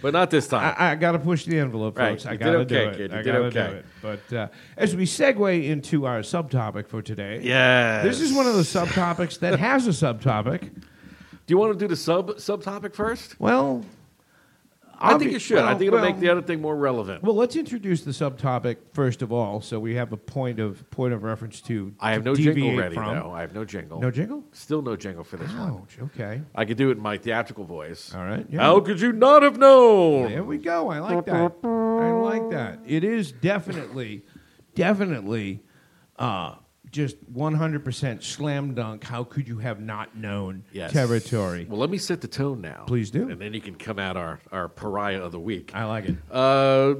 [SPEAKER 3] but not this time.
[SPEAKER 4] I, I got to push the envelope,
[SPEAKER 3] Right.
[SPEAKER 4] folks. I
[SPEAKER 3] You did
[SPEAKER 4] got to
[SPEAKER 3] okay,
[SPEAKER 4] do it.
[SPEAKER 3] kid. You
[SPEAKER 4] I
[SPEAKER 3] did
[SPEAKER 4] gotta
[SPEAKER 3] okay.
[SPEAKER 4] do it. But uh, as we segue into our subtopic for today,
[SPEAKER 3] yes.
[SPEAKER 4] this is one of the subtopics that has a subtopic.
[SPEAKER 3] Do you want to do the sub subtopic first?
[SPEAKER 4] Well,
[SPEAKER 3] I
[SPEAKER 4] obvi-
[SPEAKER 3] think you should. I
[SPEAKER 4] well,
[SPEAKER 3] think it'll
[SPEAKER 4] well,
[SPEAKER 3] make the other thing more relevant.
[SPEAKER 4] Well, let's introduce the subtopic first of all, so we have a point of point of reference to.
[SPEAKER 3] I have
[SPEAKER 4] to
[SPEAKER 3] no jingle
[SPEAKER 4] deviate
[SPEAKER 3] ready
[SPEAKER 4] from.
[SPEAKER 3] though. I have no jingle.
[SPEAKER 4] No jingle.
[SPEAKER 3] Still no jingle for this one.
[SPEAKER 4] Ouch. Okay.
[SPEAKER 3] I could do it in my theatrical voice.
[SPEAKER 4] All right. Yeah.
[SPEAKER 3] How could you not have known?
[SPEAKER 4] There we go. I like that. I like that. It is definitely, definitely, uh, just one hundred percent slam dunk. How could you have not known
[SPEAKER 3] Yes.
[SPEAKER 4] territory?
[SPEAKER 3] Well, let me set the tone now.
[SPEAKER 4] Please do.
[SPEAKER 3] And then you can come out our, our pariah of the week.
[SPEAKER 4] I like it.
[SPEAKER 3] Uh,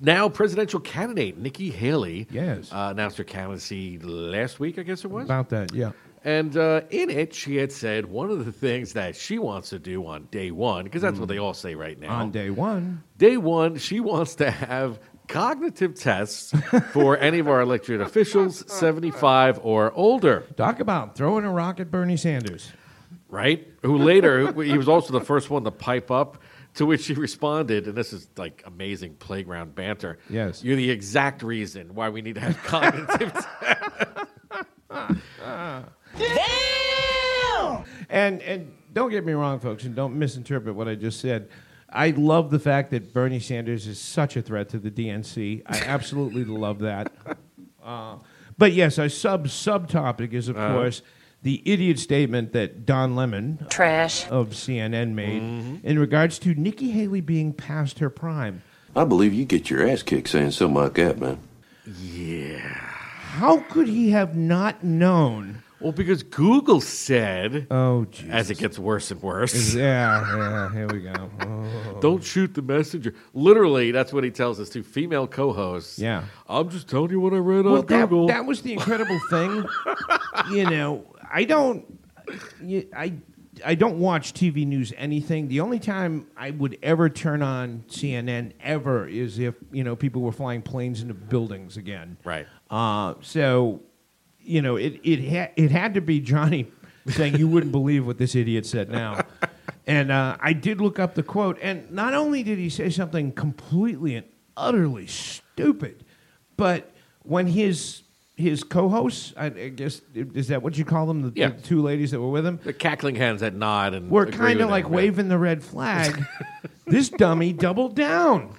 [SPEAKER 3] now presidential candidate Nikki Haley
[SPEAKER 4] Yes.
[SPEAKER 3] uh, announced her candidacy last week, I guess it was.
[SPEAKER 4] About that, yeah.
[SPEAKER 3] And uh, in it, she had said one of the things that she wants to do on day one, because that's what they all say right now.
[SPEAKER 4] On day one,
[SPEAKER 3] Day one, she wants to have cognitive tests for any of our elected officials, 75 or older,
[SPEAKER 4] talk about throwing a rock at Bernie Sanders.
[SPEAKER 3] right? Who later, he was also the first one to pipe up, to which she responded, and this is like amazing playground banter.
[SPEAKER 4] Yes.
[SPEAKER 3] You're the exact reason why we need to have cognitive tests.
[SPEAKER 4] And and don't get me wrong, folks, and don't misinterpret what I just said. I love the fact that Bernie Sanders is such a threat to the DNC. I absolutely love that. Uh, but yes, our sub subtopic is of course the idiot statement that Don Lemon
[SPEAKER 6] Trash.
[SPEAKER 4] of CNN made in regards to Nikki Haley being past her prime.
[SPEAKER 7] I believe you get your ass kicked saying something like that, man.
[SPEAKER 4] How could he have not known?
[SPEAKER 3] Well, because Google said,
[SPEAKER 4] Oh, geez.
[SPEAKER 3] as it gets worse and worse,
[SPEAKER 4] yeah, yeah. Here we go.
[SPEAKER 3] Don't shoot the messenger. Literally, that's what he tells us to female co-hosts.
[SPEAKER 4] Yeah.
[SPEAKER 3] I'm just telling you what I read
[SPEAKER 4] well,
[SPEAKER 3] on Google.
[SPEAKER 4] That, that was the incredible thing. you know, I don't, you- I, I don't watch TV news anything. The only time I would ever turn on CNN ever is if you know people were flying planes into buildings again.
[SPEAKER 3] Right.
[SPEAKER 4] Uh, so, you know, it it ha- it had to be Johnny saying you wouldn't believe what this idiot said now. And uh, I did look up the quote, and not only did he say something completely and utterly stupid, but when his his co-hosts, I, I guess is that what you call them, the,
[SPEAKER 3] Yeah.
[SPEAKER 4] the two ladies that were with him,
[SPEAKER 3] the cackling hands that nod and
[SPEAKER 4] were
[SPEAKER 3] agree
[SPEAKER 4] kind
[SPEAKER 3] with
[SPEAKER 4] of
[SPEAKER 3] him,
[SPEAKER 4] like
[SPEAKER 3] yeah.
[SPEAKER 4] waving the red flag. this dummy doubled down.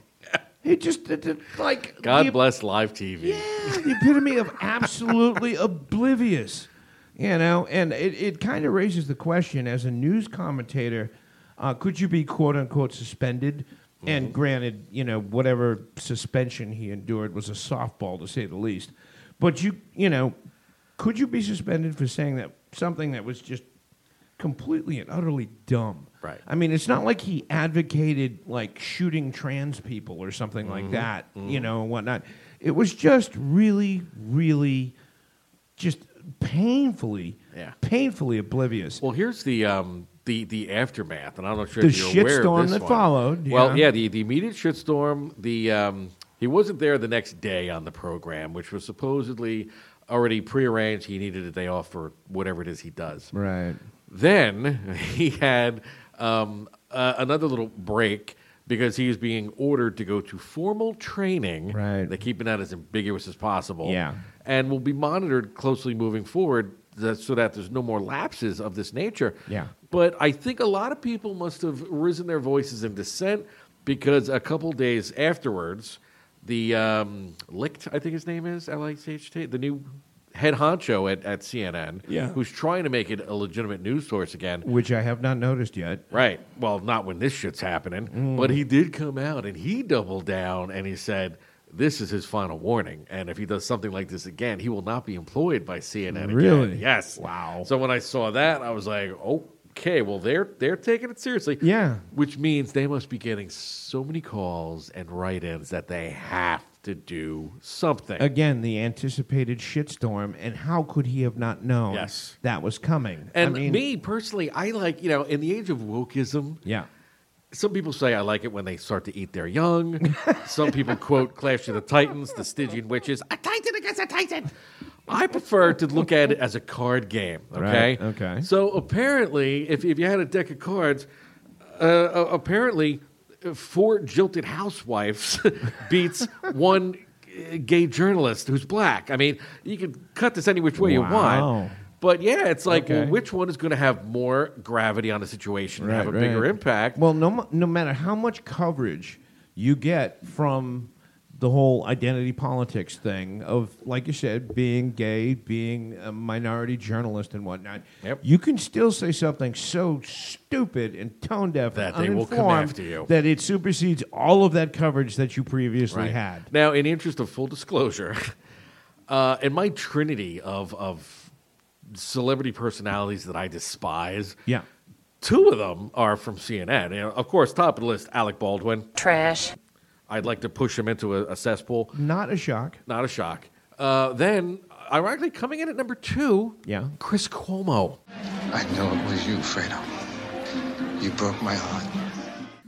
[SPEAKER 4] He just it- it- like
[SPEAKER 3] God
[SPEAKER 4] the-
[SPEAKER 3] bless live TV.
[SPEAKER 4] yeah, the epitome of absolutely oblivious. You know, and it, it kind of raises the question as a news commentator, uh, could you be quote unquote suspended? And granted, you know, whatever suspension he endured was a softball to say the least. But you, you know, could you be suspended for saying that something that was just completely and utterly dumb?
[SPEAKER 3] Right.
[SPEAKER 4] I mean, it's not like he advocated like shooting trans people or something like
[SPEAKER 3] Mm-hmm.
[SPEAKER 4] that, you know, and whatnot. It was just really, really, just painfully,
[SPEAKER 3] Yeah.
[SPEAKER 4] painfully oblivious.
[SPEAKER 3] Well, here's the um, the the aftermath, and I'm not sure
[SPEAKER 4] The
[SPEAKER 3] if you're aware of
[SPEAKER 4] shitstorm
[SPEAKER 3] this
[SPEAKER 4] that
[SPEAKER 3] one.
[SPEAKER 4] followed,
[SPEAKER 3] Well,
[SPEAKER 4] yeah.
[SPEAKER 3] yeah, the, the immediate shitstorm. The um, He wasn't there the next day on the program, which was supposedly already prearranged. He needed a day off for whatever it is he does.
[SPEAKER 6] Right.
[SPEAKER 3] Then he had um, uh, another little break because he is being ordered to go to formal training.
[SPEAKER 6] Right.
[SPEAKER 3] They're keeping that as ambiguous as possible.
[SPEAKER 6] Yeah.
[SPEAKER 3] And will be monitored closely moving forward that, so that there's no more lapses of this nature.
[SPEAKER 6] Yeah.
[SPEAKER 3] But I think a lot of people must have risen their voices in dissent because a couple days afterwards, the um, Licht, I think his name is, L I C H T, the new head honcho at, at CNN,
[SPEAKER 6] Yeah.
[SPEAKER 3] who's trying to make it a legitimate news source again.
[SPEAKER 4] which I have not noticed yet.
[SPEAKER 3] Right. Well, not when this shit's happening.
[SPEAKER 4] Mm.
[SPEAKER 3] But he did come out and he doubled down and he said, this is his final warning. And if he does something like this again, he will not be employed by CNN
[SPEAKER 4] Really?
[SPEAKER 3] again. Yes. Wow. So when I saw that, I was like, okay, well, they're, they're taking it seriously.
[SPEAKER 4] Yeah.
[SPEAKER 3] Which means they must be getting so many calls and write ins that they have to do something.
[SPEAKER 4] Again, the anticipated shitstorm, and how could he have not known
[SPEAKER 3] Yes.
[SPEAKER 4] that was coming?
[SPEAKER 3] and
[SPEAKER 4] I mean,
[SPEAKER 3] me personally, I like, you know, in the age of wokeism,
[SPEAKER 4] yeah,
[SPEAKER 3] Some people say I like it when they start to eat their young. Some people quote Clash of the Titans, the Stygian Witches, a Titan against a Titan. I prefer to look at it as a card game, okay?
[SPEAKER 4] Right, okay.
[SPEAKER 3] So apparently, if, if you had a deck of cards, uh, uh, apparently uh, four jilted housewives beats one uh, gay journalist who's black. I mean, you can cut this any which way you
[SPEAKER 4] Wow.
[SPEAKER 3] want. But yeah, it's like, well,
[SPEAKER 4] Okay.
[SPEAKER 3] which one is going to have more gravity on a situation and have
[SPEAKER 4] Right,
[SPEAKER 3] a bigger
[SPEAKER 4] right.
[SPEAKER 3] impact?
[SPEAKER 4] Well, no, mu- no matter how much coverage you get from the whole identity politics thing of, like you said, being gay, being a minority journalist and whatnot,
[SPEAKER 3] Yep.
[SPEAKER 4] you can still say something so stupid and tone deaf
[SPEAKER 3] That
[SPEAKER 4] and
[SPEAKER 3] they will come
[SPEAKER 4] uninformed
[SPEAKER 3] after you.
[SPEAKER 4] that it supersedes all of that coverage that you previously
[SPEAKER 3] Right.
[SPEAKER 4] had.
[SPEAKER 3] Now, in interest of full disclosure, uh, in my trinity of of celebrity personalities that I despise,
[SPEAKER 4] Yeah.
[SPEAKER 3] two of them are from CNN. You know, of course, top of the list, Alec Baldwin.
[SPEAKER 8] Trash.
[SPEAKER 3] I'd like to push him into a, a cesspool.
[SPEAKER 4] Not a shock.
[SPEAKER 3] Not a shock. Uh, then, ironically, coming in at number two,
[SPEAKER 4] Yeah.
[SPEAKER 3] Chris Cuomo.
[SPEAKER 2] I know it was you, Fredo. You broke my heart.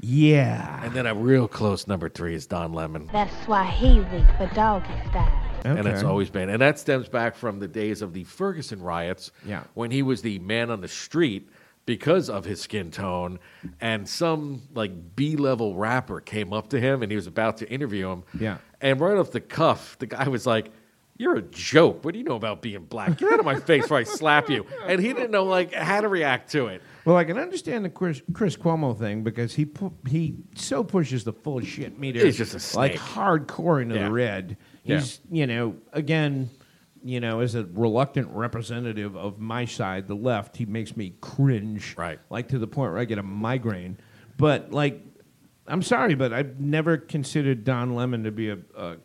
[SPEAKER 4] Yeah.
[SPEAKER 3] And then a real close number three is Don Lemon.
[SPEAKER 8] That's Swahili for doggy style.
[SPEAKER 3] And it's
[SPEAKER 4] Okay.
[SPEAKER 3] always been. And that stems back from the days of the Ferguson riots
[SPEAKER 4] Yeah.
[SPEAKER 3] when he was the man on the street because of his skin tone. And some like B level rapper came up to him and he was about to interview him.
[SPEAKER 4] Yeah.
[SPEAKER 3] And right off the cuff, the guy was like, You're a joke. What do you know about being black? Get out of my face or I slap you. And he didn't know like how to react to it.
[SPEAKER 4] Well, I can understand the Chris, Chris Cuomo thing because he pu- he so pushes the full shit meter.
[SPEAKER 3] He's just a
[SPEAKER 4] like
[SPEAKER 3] snake.
[SPEAKER 4] hardcore into
[SPEAKER 3] Yeah.
[SPEAKER 4] the red. He's you know again, you know as a reluctant representative of my side, the left. He makes me cringe,
[SPEAKER 3] Right.
[SPEAKER 4] Like to the point where I get a migraine. But like, I'm sorry, but I've never considered Don Lemon to be a, a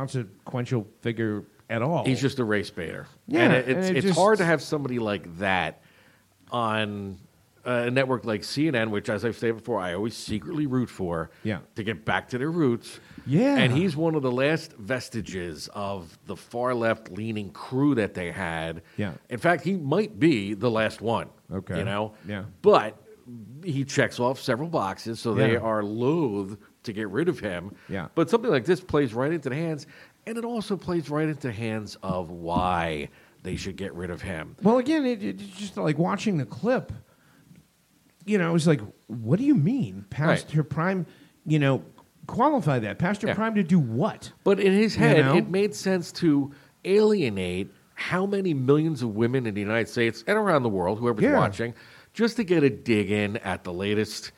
[SPEAKER 4] consequential figure at all.
[SPEAKER 3] He's just a race baiter.
[SPEAKER 4] Yeah,
[SPEAKER 3] and it- it's,
[SPEAKER 4] and it
[SPEAKER 3] it's
[SPEAKER 4] just-
[SPEAKER 3] hard to have somebody like that on uh, a network like CNN, which, as I've stated before, I always secretly root for.
[SPEAKER 4] Yeah.
[SPEAKER 3] to get back to their roots.
[SPEAKER 4] Yeah.
[SPEAKER 3] and he's one of the last vestiges of the far left leaning crew that they had.
[SPEAKER 4] Yeah.
[SPEAKER 3] in fact, he might be the last one.
[SPEAKER 4] Okay.
[SPEAKER 3] you know.
[SPEAKER 4] Yeah.
[SPEAKER 3] but he checks off several boxes, so they
[SPEAKER 4] Yeah.
[SPEAKER 3] are loath to get rid of him.
[SPEAKER 4] Yeah.
[SPEAKER 3] But something like this plays right into the hands, and it also plays right into the hands of why they should get rid of him.
[SPEAKER 4] Well, again, it, it- it's just like watching the clip. You know, it's like, what do you mean past
[SPEAKER 3] Right.
[SPEAKER 4] her prime? You know, qualify that past her
[SPEAKER 3] Yeah.
[SPEAKER 4] prime to do what?
[SPEAKER 3] But in his head,
[SPEAKER 4] know?
[SPEAKER 3] it made sense to alienate how many millions of women in the United States and around the world, whoever's
[SPEAKER 4] Yeah.
[SPEAKER 3] watching, just to get a dig in at the latest,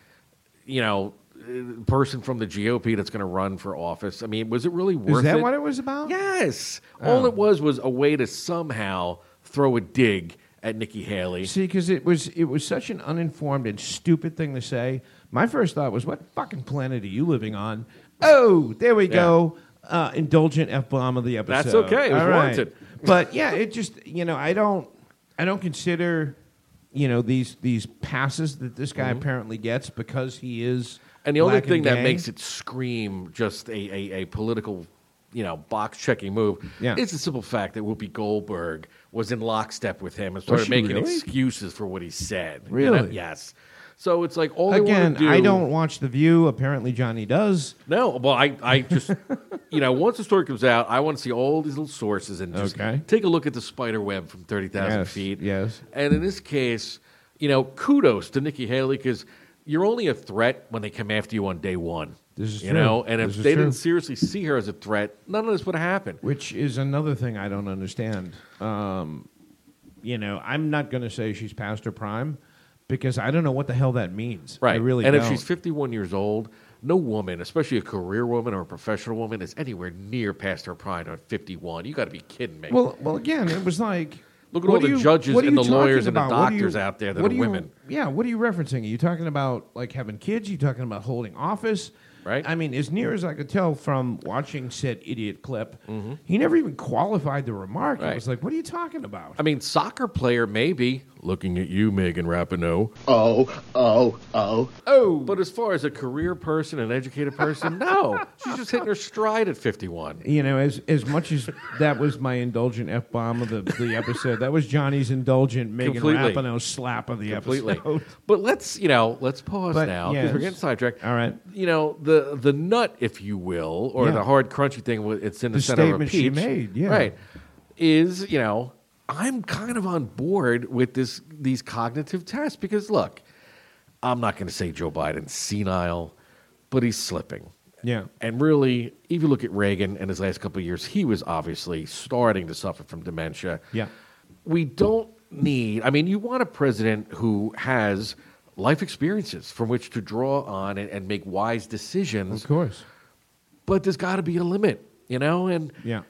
[SPEAKER 3] you know, uh, person from the GOP that's going to run for office. I mean, was it really worth
[SPEAKER 4] Is
[SPEAKER 3] it?
[SPEAKER 4] that what it was about?
[SPEAKER 3] Yes.
[SPEAKER 4] Oh.
[SPEAKER 3] All it was was a way to somehow throw a dig at Nikki Haley.
[SPEAKER 4] See, because it was it was such an uninformed and stupid thing to say. My first thought was, what fucking planet are you living on? Oh, there we go. Uh, indulgent f bomb of the episode.
[SPEAKER 3] That's okay. It was
[SPEAKER 4] All right.
[SPEAKER 3] warranted.
[SPEAKER 4] but yeah, it just you know I don't I don't consider you know these these passes that this guy apparently gets because he is
[SPEAKER 3] Mm-hmm. And the only
[SPEAKER 4] black
[SPEAKER 3] thing that
[SPEAKER 4] gay.
[SPEAKER 3] makes it scream just a, a, a political, you know, box checking move
[SPEAKER 4] Yeah.
[SPEAKER 3] is the simple fact that Whoopi Goldberg was in lockstep with him and started
[SPEAKER 4] she
[SPEAKER 3] making
[SPEAKER 4] really?
[SPEAKER 3] excuses for what he said. you know?
[SPEAKER 4] Really?
[SPEAKER 3] Yes. So it's like all they
[SPEAKER 4] Again,
[SPEAKER 3] want to do.
[SPEAKER 4] I don't watch The View. Apparently, Johnny does.
[SPEAKER 3] No, well, I, I just, you know, once the story comes out, I want to see all these little sources and just
[SPEAKER 4] Okay.
[SPEAKER 3] take a look at the spider web from 30,000
[SPEAKER 4] Yes,
[SPEAKER 3] feet.
[SPEAKER 4] yes.
[SPEAKER 3] And in this case, you know, kudos to Nikki Haley because you're only a threat when they come after you on day one.
[SPEAKER 4] This is
[SPEAKER 3] you
[SPEAKER 4] true.
[SPEAKER 3] know, and if
[SPEAKER 4] This is
[SPEAKER 3] they
[SPEAKER 4] true.
[SPEAKER 3] didn't seriously see her as a threat, none of this would have happened.
[SPEAKER 4] Which is another thing I don't understand. Um, you know, I'm not going to say she's past her prime because I don't know what the hell that means.
[SPEAKER 3] Right.
[SPEAKER 4] I really
[SPEAKER 3] and if
[SPEAKER 4] don't.
[SPEAKER 3] she's 51 years old, no woman, especially a career woman or a professional woman, is anywhere near past her prime at 51. You got to be kidding me.
[SPEAKER 4] well, well, again, it was like
[SPEAKER 3] Look at
[SPEAKER 4] what
[SPEAKER 3] all
[SPEAKER 4] are
[SPEAKER 3] the
[SPEAKER 4] you-
[SPEAKER 3] judges
[SPEAKER 4] what are
[SPEAKER 3] and
[SPEAKER 4] you
[SPEAKER 3] the lawyers
[SPEAKER 4] talking
[SPEAKER 3] and the
[SPEAKER 4] about? What are
[SPEAKER 3] doctors
[SPEAKER 4] you-
[SPEAKER 3] out there that
[SPEAKER 4] what
[SPEAKER 3] are
[SPEAKER 4] you-
[SPEAKER 3] women.
[SPEAKER 4] Yeah, what are you referencing? Are you talking about like having kids? Are you talking about holding office?
[SPEAKER 3] Right.
[SPEAKER 4] I mean, as near as I could tell from watching said idiot clip, he never even qualified the remark. I
[SPEAKER 3] Mm-hmm. Right.
[SPEAKER 4] was like, "What are you talking about?"
[SPEAKER 3] I mean, soccer player maybe. Looking at you, Megan Rapinoe.
[SPEAKER 6] Oh, oh, oh.
[SPEAKER 3] Oh, but as far as a career person, an educated person, no, she's just hitting her stride at fifty-one.
[SPEAKER 4] you know, as as much as that was my indulgent f bomb of the, the episode, that was Johnny's indulgent Megan
[SPEAKER 3] Completely.
[SPEAKER 4] Rapinoe slap of the
[SPEAKER 3] Completely.
[SPEAKER 4] episode.
[SPEAKER 3] But let's you know, let's pause
[SPEAKER 4] But,
[SPEAKER 3] now because
[SPEAKER 4] yes.
[SPEAKER 3] we're getting sidetracked.
[SPEAKER 4] All right.
[SPEAKER 3] You know the the nut, if you will, or
[SPEAKER 4] Yeah.
[SPEAKER 3] the hard crunchy thing. with- It's in the,
[SPEAKER 4] The
[SPEAKER 3] center
[SPEAKER 4] statement
[SPEAKER 3] of a
[SPEAKER 4] she
[SPEAKER 3] peach.
[SPEAKER 4] made, yeah.
[SPEAKER 3] Right. Is you know, I'm kind of on board with this these cognitive tests because look, I'm not going to say Joe Biden's senile, but he's slipping.
[SPEAKER 4] Yeah.
[SPEAKER 3] And really, if you look at Reagan and his last couple of years, he was obviously starting to suffer from dementia.
[SPEAKER 4] Yeah.
[SPEAKER 3] We don't need, I mean, you want a president who has life experiences from which to draw on and, and make wise decisions,
[SPEAKER 4] Of course.
[SPEAKER 3] but there's got to be a limit, you know? And
[SPEAKER 4] Yeah.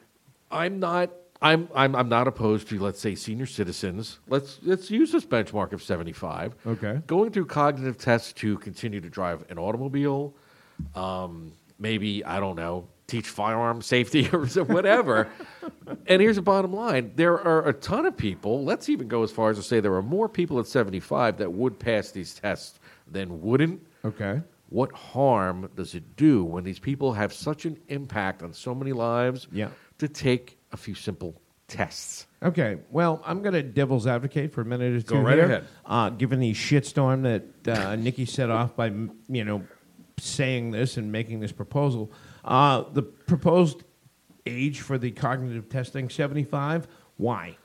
[SPEAKER 3] I'm not. I'm, I'm, I'm not opposed to let's say senior citizens. Let's let's use this benchmark of 75.
[SPEAKER 4] Okay.
[SPEAKER 3] Going through cognitive tests to continue to drive an automobile, um, maybe I don't know, teach firearm safety or so- whatever. and here's the bottom line: there are a ton of people. Let's even go as far as to say there are more people at 75 that would pass these tests than wouldn't.
[SPEAKER 4] Okay.
[SPEAKER 3] What harm does it do when these people have such an impact on so many lives?
[SPEAKER 4] Yeah.
[SPEAKER 3] To take a few simple tests.
[SPEAKER 4] Okay. Well, I'm going to devil's advocate for a minute or two.
[SPEAKER 3] Go right
[SPEAKER 4] here.
[SPEAKER 3] ahead.
[SPEAKER 4] Uh, given the shitstorm that uh, Nikki set off by m- you know saying this and making this proposal, uh, the proposed age for the cognitive testing 75. Why?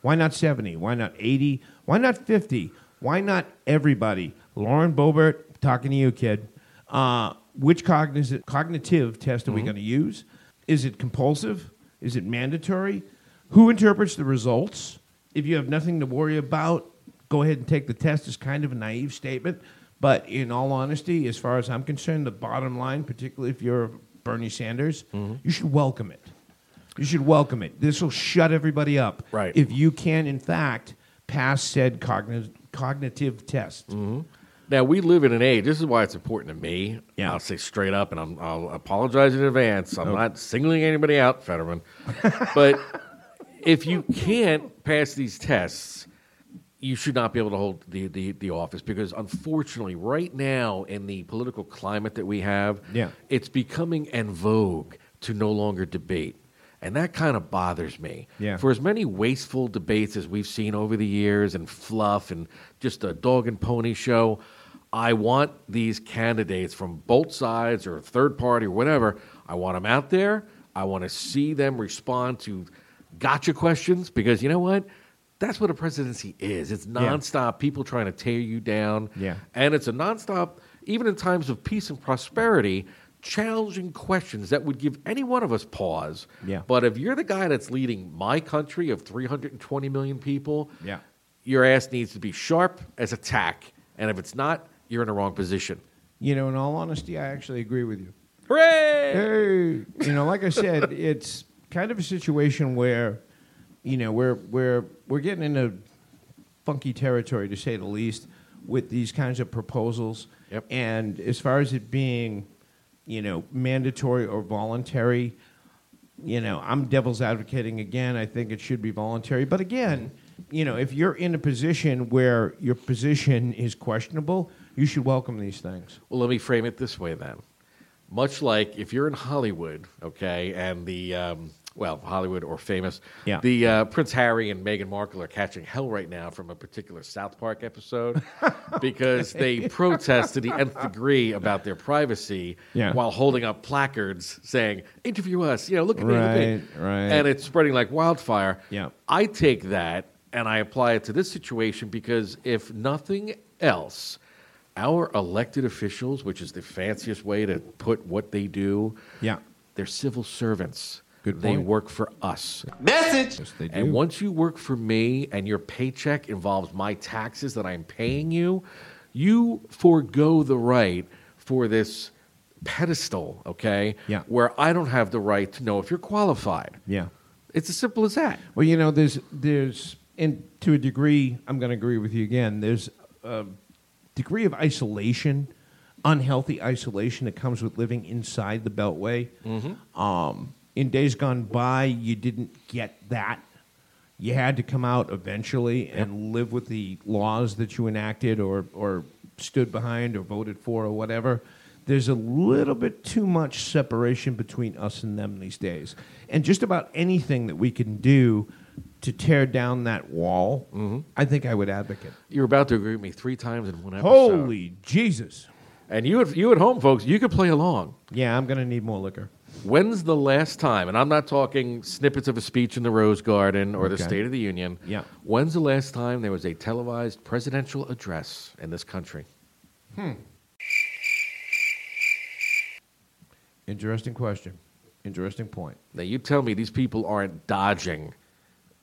[SPEAKER 4] Why not 70? Why not 80? Why not 50? Why not everybody? Lauren Boebert, talking to you, kid. Uh, which cognizant, cognitive test are we going to use? Is it compulsive? Is it mandatory? Who interprets the results? If you have nothing to worry about, go ahead and take the test is kind of a naive statement. But in all honesty, as far as I'm concerned, the bottom line, particularly if you're Bernie Sanders, you should welcome it. You should welcome it. This will shut everybody up.
[SPEAKER 3] Right.
[SPEAKER 4] If you can, in fact, pass said cognitive cognitive test.
[SPEAKER 3] Now we live in an age. This is why it's important to me.
[SPEAKER 4] Yeah.
[SPEAKER 3] I'll say straight up, and I'm, I'll apologize in advance. I'm not singling anybody out, Fetterman. but if you can't pass these tests, you should not be able to hold the, the, the office because unfortunately, right now in the political climate that we have,
[SPEAKER 4] Yeah.
[SPEAKER 3] it's becoming en vogue to no longer debate. And that kind of bothers me.
[SPEAKER 4] Yeah.
[SPEAKER 3] For as many wasteful debates as we've seen over the years and fluff and just a dog and pony show, I want these candidates from both sides or third party or whatever, I want them out there. I want to see them respond to gotcha questions because you know what? That's what a presidency is. It's nonstop people trying to tear you down.
[SPEAKER 4] Yeah.
[SPEAKER 3] And it's a nonstop, even in times of peace and prosperity, challenging questions that would give any one of us pause.
[SPEAKER 4] Yeah.
[SPEAKER 3] But if you're the guy that's leading my country of 320 million people,
[SPEAKER 4] Yeah.
[SPEAKER 3] your ass needs to be sharp as a tack. And if it's not, you're in the wrong position.
[SPEAKER 4] You know, in all honesty, I actually agree with you.
[SPEAKER 3] Hooray!
[SPEAKER 4] Hey, you know, like I said, it's kind of a situation where, you know, we're we're we're getting into funky territory to say the least with these kinds of proposals.
[SPEAKER 3] Yep.
[SPEAKER 4] And as far as it being, you know, mandatory or voluntary, you know, I'm devil's advocating again. I think it should be voluntary. But again, you know, if you're in a position where your position is questionable, you should welcome these things.
[SPEAKER 3] Well, let me frame it this way then. Much like if you're in Hollywood, okay, and the um, well, Hollywood or famous.
[SPEAKER 4] Yeah.
[SPEAKER 3] The uh, Prince Harry and Meghan Markle are catching hell right now from a particular South Park episode because they protest to the nth degree about their privacy
[SPEAKER 4] Yeah.
[SPEAKER 3] while holding up placards saying, interview us, you know, look at me. Look at
[SPEAKER 4] Right,
[SPEAKER 3] me.
[SPEAKER 4] right.
[SPEAKER 3] And it's spreading like wildfire.
[SPEAKER 4] Yeah.
[SPEAKER 3] I take that and I apply it to this situation because if nothing else, our elected officials, which is the fanciest way to put what they do,
[SPEAKER 4] Yeah.
[SPEAKER 3] they're civil servants.
[SPEAKER 4] Good
[SPEAKER 3] They
[SPEAKER 4] point.
[SPEAKER 3] work for us.
[SPEAKER 4] Message. Yes, they do.
[SPEAKER 3] And once you work for me and your paycheck involves my taxes that I'm paying you, you forego the right for this pedestal, okay?
[SPEAKER 4] Yeah.
[SPEAKER 3] Where I don't have the right to know if you're qualified.
[SPEAKER 4] Yeah.
[SPEAKER 3] It's as simple as that.
[SPEAKER 4] Well, you know, there's there's and to a degree, I'm going to agree with you again. There's a degree of isolation, unhealthy isolation that comes with living inside the Beltway. Um, in days gone by, you didn't get that. You had to come out eventually and live with the laws that you enacted or, or stood behind or voted for or whatever. There's a little bit too much separation between us and them these days. And just about anything that we can do to tear down that wall,
[SPEAKER 3] Mm-hmm.
[SPEAKER 4] I think I would advocate.
[SPEAKER 3] You're about to agree with me three times in one episode.
[SPEAKER 4] Holy Jesus.
[SPEAKER 3] And you at, you at home, folks, you could play along.
[SPEAKER 4] Yeah, I'm going to need more liquor.
[SPEAKER 3] When's the last time, and I'm not talking snippets of a speech in the Rose Garden or the
[SPEAKER 4] Okay.
[SPEAKER 3] State of the Union.
[SPEAKER 4] Yeah.
[SPEAKER 3] When's the last time there was a televised presidential address in this country?
[SPEAKER 4] Interesting question. Interesting point.
[SPEAKER 3] Now, you tell me these people aren't dodging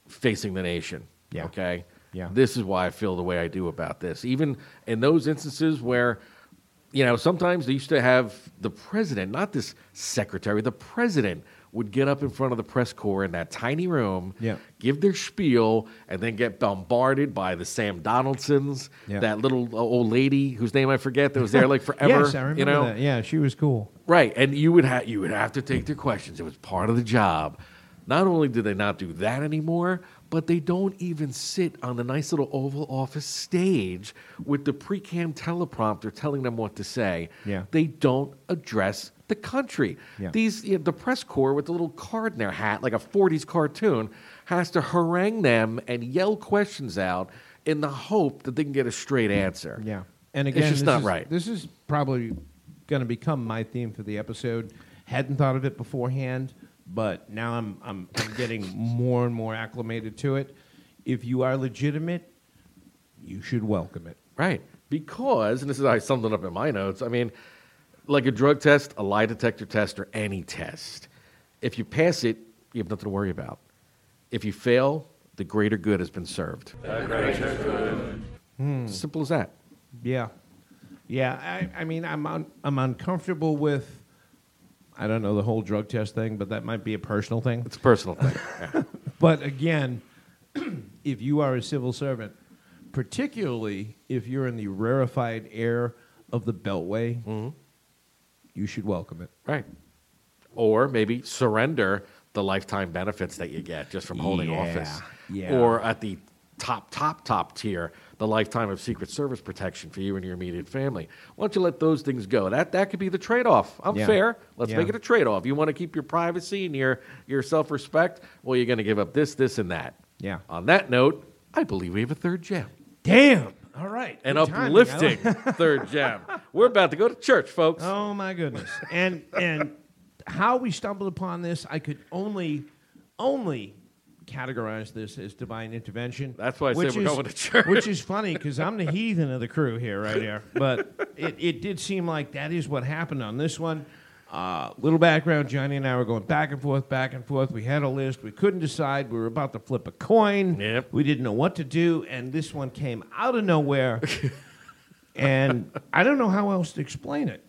[SPEAKER 3] facing the nation.
[SPEAKER 4] Yeah.
[SPEAKER 3] Okay.
[SPEAKER 4] Yeah.
[SPEAKER 3] This is why I feel the way I do about this. Even in those instances where, you know, sometimes they used to have the president, not this secretary, the president would get up in front of the press corps in that tiny room,
[SPEAKER 4] Yeah.
[SPEAKER 3] give their spiel, and then get bombarded by the Sam Donaldsons,
[SPEAKER 4] Yeah.
[SPEAKER 3] that little uh, old lady whose name I forget that was there like forever.
[SPEAKER 4] yes, I remember
[SPEAKER 3] you know?
[SPEAKER 4] that. Yeah, she was cool.
[SPEAKER 3] Right, and you would have you would have to take their questions. It was part of the job. Not only do they not do that anymore, but they don't even sit on the nice little Oval Office stage with the pre-cam teleprompter telling them what to say.
[SPEAKER 4] Yeah.
[SPEAKER 3] They don't address the country.
[SPEAKER 4] Yeah.
[SPEAKER 3] These you know, the press corps with the little card in their hat, like a '40s cartoon, has to harangue them and yell questions out in the hope that they can get a straight answer.
[SPEAKER 4] Yeah. And
[SPEAKER 3] It's
[SPEAKER 4] again,
[SPEAKER 3] just
[SPEAKER 4] this
[SPEAKER 3] not
[SPEAKER 4] is-
[SPEAKER 3] right.
[SPEAKER 4] This is probably going to become my theme for the episode. Hadn't thought of it beforehand, but now I'm, I'm, I'm getting more and more acclimated to it. If you are legitimate, you should welcome it.
[SPEAKER 3] Right. Because, and this is how I summed it up in my notes, I mean, like a drug test, a lie detector test, or any test, if you pass it, you have nothing to worry about. If you fail, the greater good has been served. Hmm. Simple as that.
[SPEAKER 4] Yeah, yeah. I, I mean, I'm un, I'm uncomfortable with. I don't know the whole drug test thing, but that might be a personal thing.
[SPEAKER 3] It's a personal thing. Yeah.
[SPEAKER 4] But again, if you are a civil servant, particularly if you're in the rarefied air of the Beltway,
[SPEAKER 3] Mm-hmm.
[SPEAKER 4] you should welcome it.
[SPEAKER 3] Right. Or maybe surrender the lifetime benefits that you get just from holding
[SPEAKER 4] Yeah,
[SPEAKER 3] office.
[SPEAKER 4] yeah.
[SPEAKER 3] Or at the top, top, top tier, the lifetime of Secret Service protection for you and your immediate family. Why don't you let those things go? That that could be the trade off. I'm
[SPEAKER 4] Yeah.
[SPEAKER 3] fair. Let's
[SPEAKER 4] Yeah.
[SPEAKER 3] make it a trade off. You want to keep your privacy and your, your self respect? Well, you're going to give up this, this, and that.
[SPEAKER 4] Yeah.
[SPEAKER 3] On that note, I believe we have a third gem.
[SPEAKER 4] Damn. All right.
[SPEAKER 3] An
[SPEAKER 4] Good timing. I like-
[SPEAKER 3] uplifting third gem. We're about to go to church, folks.
[SPEAKER 4] Oh my goodness. And and how we stumbled upon this, I could only only categorize this as divine intervention.
[SPEAKER 3] That's why I said
[SPEAKER 4] which
[SPEAKER 3] we're
[SPEAKER 4] is-
[SPEAKER 3] going to church.
[SPEAKER 4] Which is funny because I'm the heathen of the crew here, right here. But it, it did seem like that is what happened on this one. Uh, little background: Johnny and I were going back and forth, back and forth. We had a list. We couldn't decide. We were about to flip a coin.
[SPEAKER 3] Yep.
[SPEAKER 4] We didn't know what to do, and this one came out of nowhere. and I don't know how else to explain it.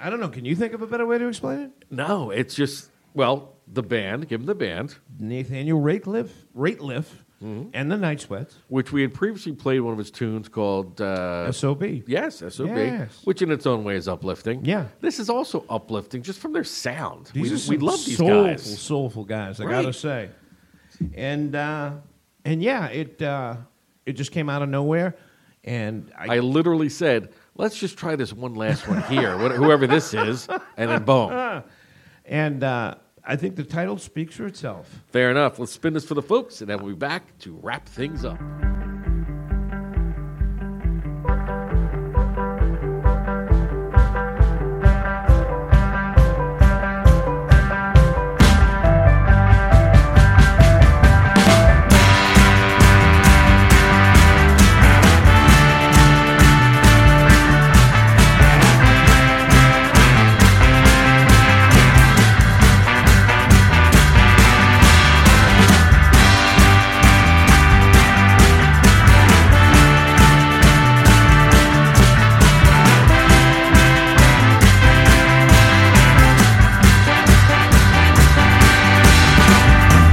[SPEAKER 4] I don't know. Can you think of a better way to explain it?
[SPEAKER 3] No, it's just well, the band. Give them the band,
[SPEAKER 4] Nathaniel Rateliff, Rateliff, and the Night Sweats.
[SPEAKER 3] which we had previously played one of his tunes called uh,
[SPEAKER 4] SOB.
[SPEAKER 3] Yes, SOB,
[SPEAKER 4] Yes.
[SPEAKER 3] which in its own way is uplifting.
[SPEAKER 4] Yeah.
[SPEAKER 3] this is also uplifting just from their sound.
[SPEAKER 4] These
[SPEAKER 3] we,
[SPEAKER 4] are some
[SPEAKER 3] we love these
[SPEAKER 4] soulful,
[SPEAKER 3] guys.
[SPEAKER 4] soulful guys. I
[SPEAKER 3] Right.
[SPEAKER 4] gotta say, and uh, and yeah, it uh, it just came out of nowhere, and I,
[SPEAKER 3] I literally said, "Let's just try this one last one here, wh- whoever this is," and then boom.
[SPEAKER 4] and uh, I think the title speaks for itself.
[SPEAKER 3] Fair enough. Let's spin this for the folks, and then we'll be back to wrap things up.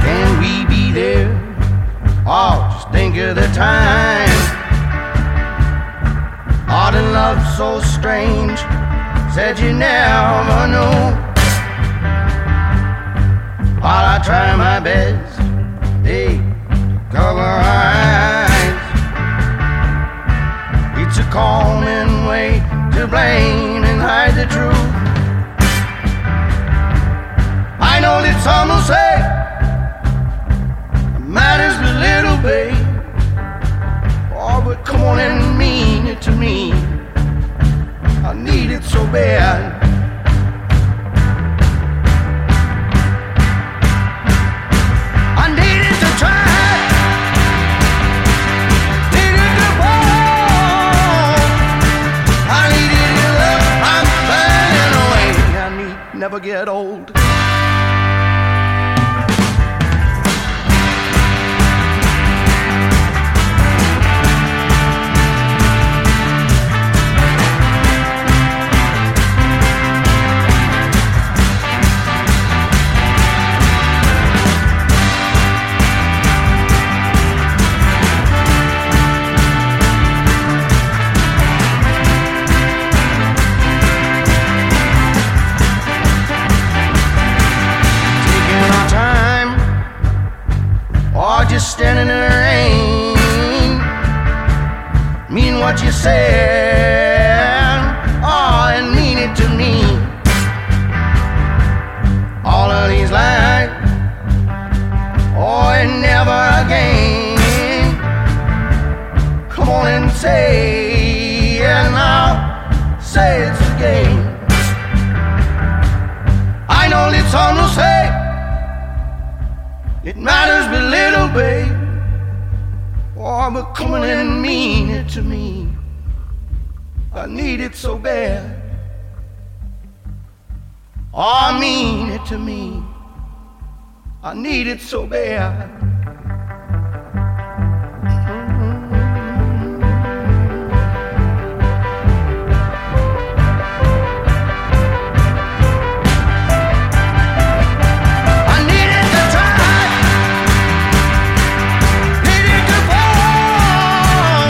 [SPEAKER 9] Can we be there? Oh, just think of the time. Art and love so strange, said you never know. While I try my best, they cover our eyes. It's a common way to blame and hide the truth. I know that some will say, matters a little bit. Oh, but come on and mean it to me. I need it so bad. I needed to try. Needed to fall. I needed your love. I'm finding a way. I need never get old. taking our time or just standing in the rain. Mean what you said, oh, and mean it to me. All of these lies, oh, and never again. Come on and say, and I'll say it again. I know that some will say it matters but little, babe. Oh, but come on and mean it to me. I need it so bad. Oh, I mean it to me. I need it so bad. I needed to try, needed to fall.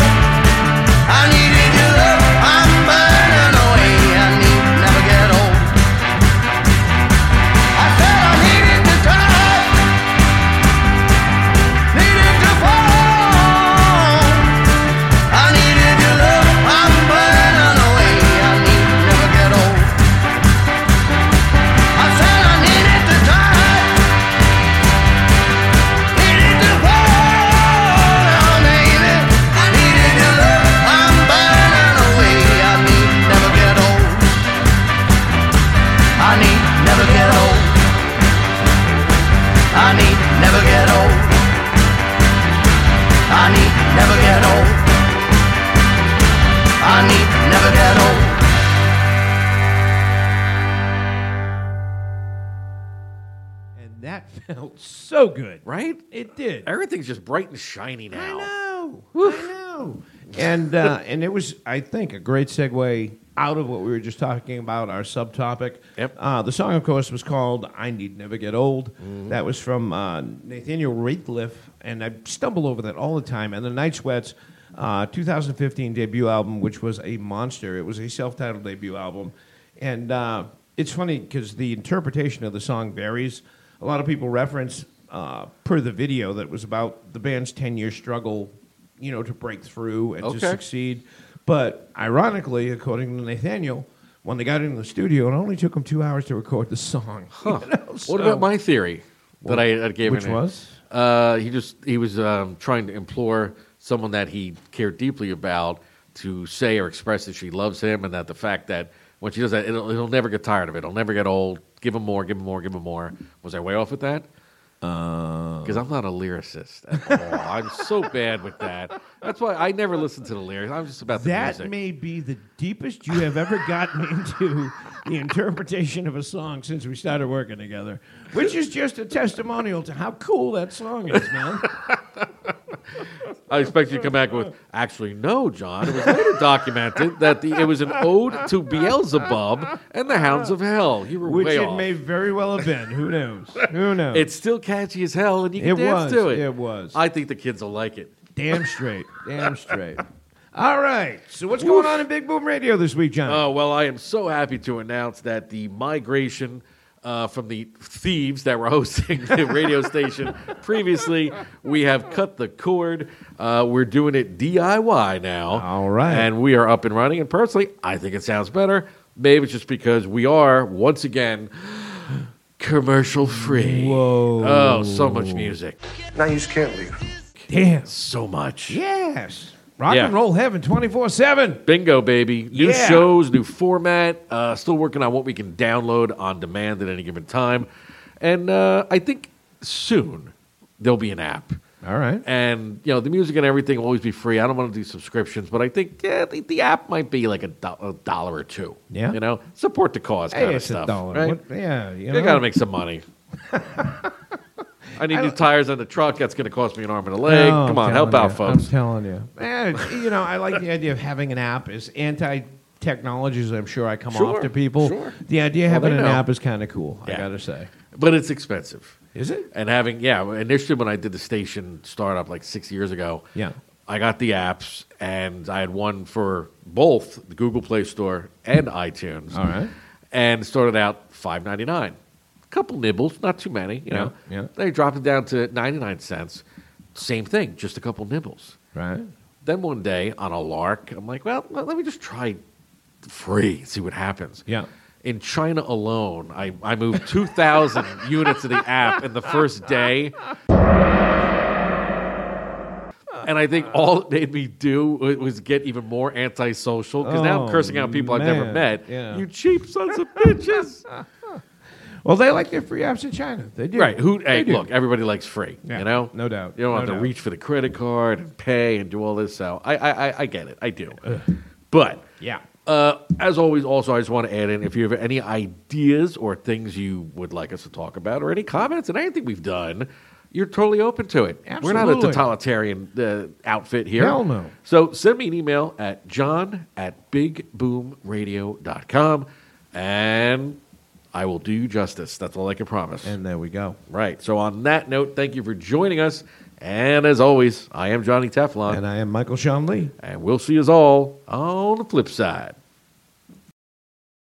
[SPEAKER 9] I needed your love. I'm burning away. I need never get old. I said I needed to try, needed to fall. I needed your love. I'm burning away. I need never get old. I said I needed to try.
[SPEAKER 4] And that felt so good.
[SPEAKER 3] Right?
[SPEAKER 4] It did.
[SPEAKER 3] Everything's just bright and shiny now.
[SPEAKER 4] know. I know. And uh, and it was, I think, a great segue out of what we were just talking about, our subtopic. Yep. Uh, the song, of course, was called "I Need Never Get Old." That was from uh, Nathaniel Rateliff, and I stumble over that all the time. And the Night Sweats. Uh, 2015 debut album, which was a monster. It was a self-titled debut album, and uh, it's funny because the interpretation of the song varies. A lot of people reference, uh, per the video, that was about the band's 10-year struggle, you know, to break through and to
[SPEAKER 3] Okay.
[SPEAKER 4] succeed. But ironically, according to Nathaniel, when they got into the studio, it only took them two hours to record the song.
[SPEAKER 3] Huh.
[SPEAKER 4] You know, so-
[SPEAKER 3] What about my theory that I, I gave?
[SPEAKER 4] Which
[SPEAKER 3] in it?
[SPEAKER 4] was?
[SPEAKER 3] uh, he just he was um, trying to implore someone that he cared deeply about to say or express that she loves him, and that the fact that when she does that, it'll, it'll never get tired of it. It'll never get old. Give him more. Give him more. Give him more. Was I way off with that? Because I'm not a lyricist at all. I'm so bad with that. That's why I never listen to the lyrics. I'm just about the
[SPEAKER 4] That
[SPEAKER 3] music.
[SPEAKER 4] may be the deepest you have ever gotten into the interpretation of a song since we started working together, which is just a testimonial to how cool that song is, man.
[SPEAKER 3] I expect you to come back with, actually, no, John. It was later documented that the, it was an ode to Beelzebub and the Hounds of Hell. You were
[SPEAKER 4] Which
[SPEAKER 3] way
[SPEAKER 4] it
[SPEAKER 3] off.
[SPEAKER 4] may very well have been. Who knows? Who knows?
[SPEAKER 3] It's still catchy as hell, and you can
[SPEAKER 4] It
[SPEAKER 3] dance
[SPEAKER 4] was,
[SPEAKER 3] to it.
[SPEAKER 4] it was.
[SPEAKER 3] I think the kids will like it.
[SPEAKER 4] Damn straight. Damn straight. All right. So what's going on in Big Boom Radio this week, John?
[SPEAKER 3] Oh, well, I am so happy to announce that the migration uh, from the thieves that were hosting the radio station previously, we have cut the cord. Uh, we're doing it DIY now. All
[SPEAKER 4] right.
[SPEAKER 3] And we are up and running. And personally, I think it sounds better. Maybe it's just because we are, once again, commercial free. Whoa. Oh, so much music.
[SPEAKER 10] Now you can't leave.
[SPEAKER 4] Damn.
[SPEAKER 3] So much.
[SPEAKER 4] Yes. Rock
[SPEAKER 3] Yeah.
[SPEAKER 4] and roll heaven 24 7.
[SPEAKER 3] Bingo, baby. New
[SPEAKER 4] Yeah.
[SPEAKER 3] shows, new format. Uh, still working on what we can download on demand at any given time. And uh, I think soon there'll be an app.
[SPEAKER 4] All right.
[SPEAKER 3] And, you know, the music and everything will always be free. I don't want to do subscriptions, but I think yeah, the, the app might be like a, do- a dollar or two.
[SPEAKER 4] Yeah.
[SPEAKER 3] You know, support the cause kind
[SPEAKER 4] Hey,
[SPEAKER 3] of
[SPEAKER 4] it's
[SPEAKER 3] stuff.
[SPEAKER 4] a dollar.
[SPEAKER 3] Right?
[SPEAKER 4] What- yeah. You
[SPEAKER 3] they
[SPEAKER 4] know?
[SPEAKER 3] got to make some money. I need new tires on the truck. That's going to cost me an arm and a leg.
[SPEAKER 4] No, I'm
[SPEAKER 3] Come on, help
[SPEAKER 4] telling
[SPEAKER 3] out,
[SPEAKER 4] you.
[SPEAKER 3] folks.
[SPEAKER 4] I'm telling you. Man, you know, I like the idea of having an app as anti technologies. I'm sure I come
[SPEAKER 3] Sure,
[SPEAKER 4] off to people.
[SPEAKER 3] sure.
[SPEAKER 4] The idea of
[SPEAKER 3] Well, they
[SPEAKER 4] having an
[SPEAKER 3] know.
[SPEAKER 4] app is kind of cool. I
[SPEAKER 3] Yeah.
[SPEAKER 4] got to say.
[SPEAKER 3] But it's expensive.
[SPEAKER 4] Is it?
[SPEAKER 3] And having yeah, initially when I did the station startup like six years ago,
[SPEAKER 4] Yeah.
[SPEAKER 3] I got the apps and I had one for both the Google Play Store and iTunes.
[SPEAKER 4] All right.
[SPEAKER 3] And started out five ninety nine. A couple nibbles, not too many, you
[SPEAKER 4] Yeah,
[SPEAKER 3] know.
[SPEAKER 4] yeah.
[SPEAKER 3] They dropped it down to ninety nine cents. Same thing, just a couple nibbles.
[SPEAKER 4] Right.
[SPEAKER 3] Then one day on a lark, I'm like, well, let let me just try free and see what happens.
[SPEAKER 4] Yeah.
[SPEAKER 3] In China alone, I, I moved 2,000 units of the app in the first day. And I think all it made me do wa- was get even more antisocial because now I'm
[SPEAKER 4] Oh,
[SPEAKER 3] cursing out people I've never
[SPEAKER 4] man.
[SPEAKER 3] met.
[SPEAKER 4] Yeah.
[SPEAKER 3] You cheap sons of bitches.
[SPEAKER 4] Well, they like their free apps in China. They do.
[SPEAKER 3] Right. Who?
[SPEAKER 4] They
[SPEAKER 3] Hey,
[SPEAKER 4] do.
[SPEAKER 3] look, everybody likes free.
[SPEAKER 4] Yeah,
[SPEAKER 3] You know,
[SPEAKER 4] no doubt.
[SPEAKER 3] You don't
[SPEAKER 4] No
[SPEAKER 3] have to
[SPEAKER 4] doubt.
[SPEAKER 3] reach for the credit card and pay and do all this. So I, I, I, I get it. I do. but
[SPEAKER 4] Yeah.
[SPEAKER 3] Uh, as always, also I just want to add in if you have any ideas or things you would like us to talk about or any comments and anything we've done. You're totally open to it. We're not a
[SPEAKER 4] Absolutely.
[SPEAKER 3] totalitarian uh, outfit here.
[SPEAKER 4] Hell no.
[SPEAKER 3] So send me an email at john at bigboomradio.com and I will do you justice. That's all I can promise.
[SPEAKER 4] And there we go.
[SPEAKER 3] Right. So on that note, thank you for joining us. And as always, I am Johnny Teflon.
[SPEAKER 4] And I am Michael Sean Lee.
[SPEAKER 3] And we'll see us all on the flip side.